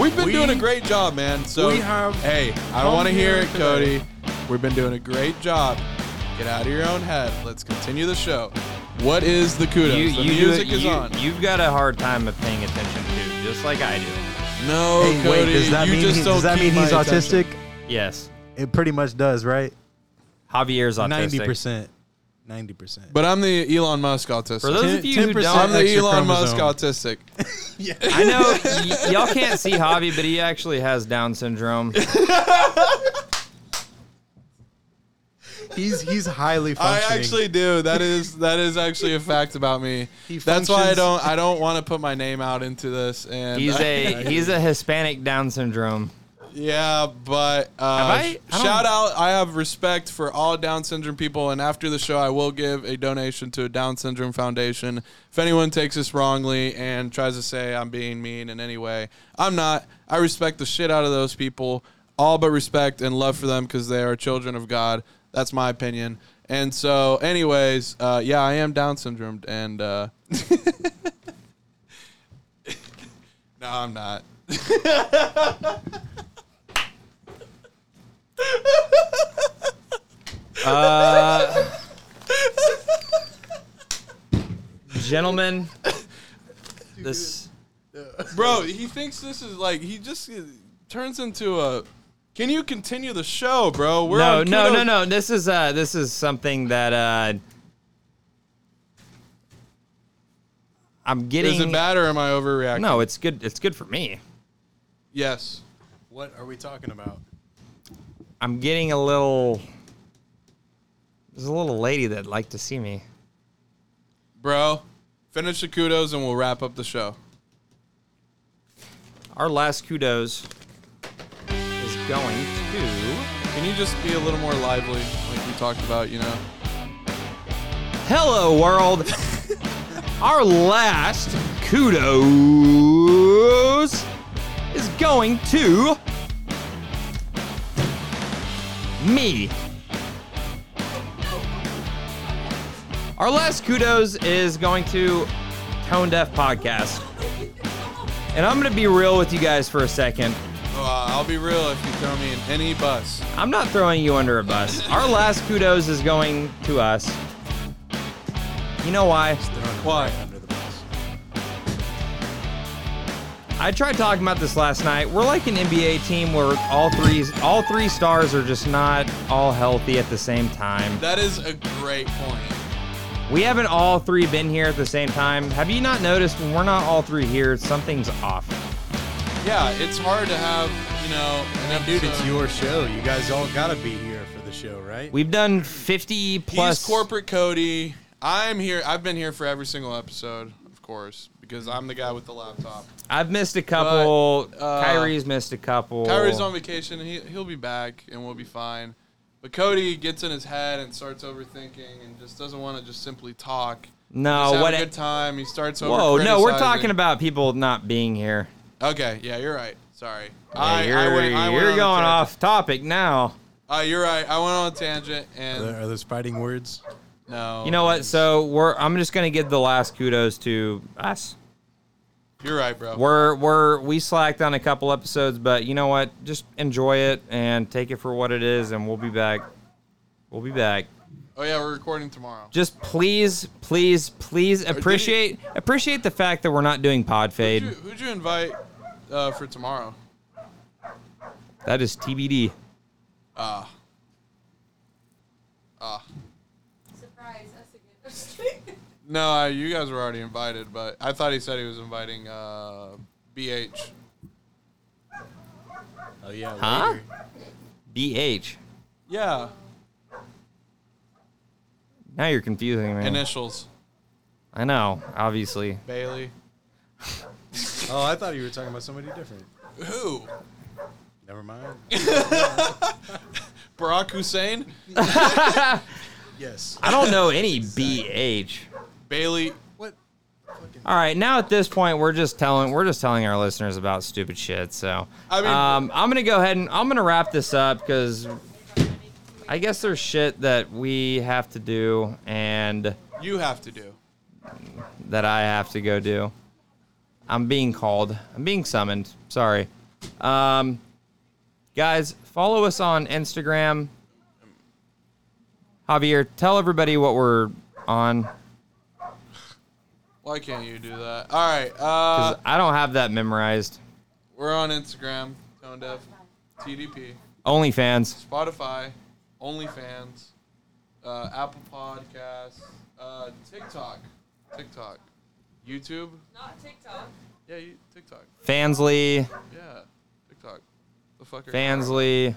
Speaker 2: we've been
Speaker 3: we-
Speaker 2: doing a great job, man. So
Speaker 3: we have
Speaker 2: hey, I
Speaker 3: come
Speaker 2: don't want to hear
Speaker 3: here
Speaker 2: it, Cody. We've been doing a great job. Get out of your own head. Let's continue the show. What is the kudos?
Speaker 1: you,
Speaker 2: the
Speaker 1: you do
Speaker 2: music
Speaker 1: it-
Speaker 2: is
Speaker 1: you,
Speaker 2: on.
Speaker 1: You've got a hard time of paying attention too, just like I do.
Speaker 2: no,
Speaker 3: Hey,
Speaker 2: Cody,
Speaker 3: wait, does that
Speaker 2: you
Speaker 3: mean,
Speaker 2: just
Speaker 3: he-
Speaker 2: don't
Speaker 3: does that
Speaker 2: keep
Speaker 3: mean he's
Speaker 2: my attention.
Speaker 3: autistic?
Speaker 1: Yes,
Speaker 3: It pretty much does, right?
Speaker 1: Javier's autistic.
Speaker 3: Ninety percent. Ninety percent.
Speaker 2: But I'm the Elon Musk autistic.
Speaker 1: For those of you who
Speaker 3: 10%
Speaker 1: don't,
Speaker 2: I'm the
Speaker 1: actually-
Speaker 3: extra
Speaker 2: Elon Musk
Speaker 3: chromosome.
Speaker 2: autistic.
Speaker 3: yeah,
Speaker 1: I know y- y'all can't see Javi, but he actually has Down syndrome.
Speaker 6: He's he's highly
Speaker 2: I
Speaker 6: functioning.
Speaker 2: actually do. That is that is actually a fact about me.
Speaker 6: He
Speaker 2: That's why I
Speaker 6: functions-
Speaker 2: don't I don't want to put my name out into this. And
Speaker 1: He's
Speaker 2: I-
Speaker 1: a he's a Hispanic Down syndrome.
Speaker 2: Yeah, but uh,
Speaker 1: Have I- I don't-
Speaker 2: shout out. I have respect for all Down syndrome people, and after the show, I will give a donation to a Down syndrome foundation. If anyone takes this wrongly and tries to say I'm being mean in any way, I'm not. I respect the shit out of those people, all but respect and love for them because they are children of God. That's my opinion. And so, anyways, uh, yeah, I am Down syndrome, and uh, no, I'm not.
Speaker 1: Uh, gentlemen, this
Speaker 2: Bro, he thinks this is like he just uh, turns into a. Can you continue the show, bro? We're
Speaker 1: no
Speaker 2: on
Speaker 1: no
Speaker 2: keto-
Speaker 1: no no. This is uh this is something that uh I'm getting.
Speaker 2: Is it bad or am I overreacting?
Speaker 1: No, it's good. It's good for me.
Speaker 2: Yes.
Speaker 3: What are we talking about?
Speaker 1: I'm getting a little. There's a little lady that'd like to see me.
Speaker 2: Bro, finish the kudos and we'll wrap up the show.
Speaker 1: Our last kudos is going to.
Speaker 2: Can you just be a little more lively, like we talked about, you know?
Speaker 1: Hello, world. Our last kudos is going to me. Our last kudos is going to Tone Deaf Podcast. And I'm going to be real with you guys for a second.
Speaker 2: Uh, I'll be real if you throw me in any bus.
Speaker 1: I'm not throwing you under a bus. Our last kudos is going to us. You know why?
Speaker 2: Why?
Speaker 3: Under the bus.
Speaker 1: I tried talking about this last night. We're like an NBA team where all three all three stars are just not all healthy at the same time.
Speaker 2: That is a great point.
Speaker 1: We haven't all three been here at the same time. Have you not noticed when we're not all three here, something's off?
Speaker 2: Yeah, it's hard to have, you know, an episode.
Speaker 3: Dude, it's your show. You guys all gotta be here for the show, right?
Speaker 1: We've done 50 plus
Speaker 2: He's corporate Cody. I'm here. I've been here for every single episode, of course, because I'm the guy with the laptop.
Speaker 1: I've missed a couple.
Speaker 2: But, uh,
Speaker 1: Kyrie's missed a couple.
Speaker 2: Kyrie's on vacation. He, he'll be back and we'll be fine. But Cody gets in his head and starts overthinking and just doesn't want to just simply talk. Just
Speaker 1: No,
Speaker 2: have
Speaker 1: Uh, what
Speaker 2: a good time. He starts over.
Speaker 1: Whoa, no, we're talking about people not being here.
Speaker 2: Okay, yeah, you're right. Sorry.
Speaker 1: Yeah, you're you're
Speaker 2: on a
Speaker 1: going
Speaker 2: tangent.
Speaker 1: off topic now.
Speaker 2: Uh, you're right. I went on a tangent
Speaker 3: Are, there,
Speaker 2: and
Speaker 3: are those fighting words?
Speaker 2: no.
Speaker 1: You know what? So we're I'm just gonna give the last kudos to us.
Speaker 2: You're right, bro.
Speaker 1: We're we're we slacked on a couple episodes, but you know what? Just enjoy it and take it for what it is, and we'll be back. We'll be back.
Speaker 2: oh yeah, we're recording tomorrow.
Speaker 1: Just please, please, please appreciate appreciate the fact that we're not doing pod
Speaker 2: Who'd you,
Speaker 1: fade.
Speaker 2: who'd you invite uh, for tomorrow?
Speaker 1: That is TBD.
Speaker 2: Ah. Ah.
Speaker 4: Surprise us again. I'm just kidding.
Speaker 2: No, uh, you guys were already invited, but I thought he said he was inviting uh, BH.
Speaker 3: Oh yeah.
Speaker 1: Huh?
Speaker 3: later.
Speaker 1: BH.
Speaker 2: Yeah.
Speaker 1: Now you're confusing me.
Speaker 2: Initials.
Speaker 1: I know, obviously.
Speaker 2: Bailey.
Speaker 3: Oh, I thought you were talking about somebody different.
Speaker 2: Who?
Speaker 3: Never mind.
Speaker 2: Barack Hussein?
Speaker 3: yes.
Speaker 1: I don't know any BH.
Speaker 2: Bailey.
Speaker 3: What?
Speaker 1: All right, now at this point, we're just telling we're just telling our listeners about stupid shit. So
Speaker 2: I mean-
Speaker 1: um, I'm gonna go ahead and I'm gonna wrap this up because I guess there's shit that we have to do and
Speaker 2: You have to do.
Speaker 1: that I have to go do. I'm being called. I'm being summoned. Sorry, um, guys. Follow us on Instagram. Javier, tell everybody what we're on
Speaker 2: Why can't you do that? All right. Uh,
Speaker 1: 'cause I don't have that memorized.
Speaker 2: we're on Instagram, Tone Deaf, TDP,
Speaker 1: OnlyFans.
Speaker 2: Spotify, OnlyFans, uh, Apple Podcasts, uh, TikTok, TikTok, YouTube.
Speaker 4: Not TikTok.
Speaker 2: Yeah, you, TikTok.
Speaker 1: Fansly,
Speaker 2: Yeah, TikTok. The fucker.
Speaker 1: Fansly.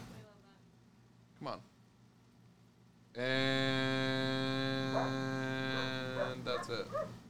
Speaker 2: Come on. And that's it.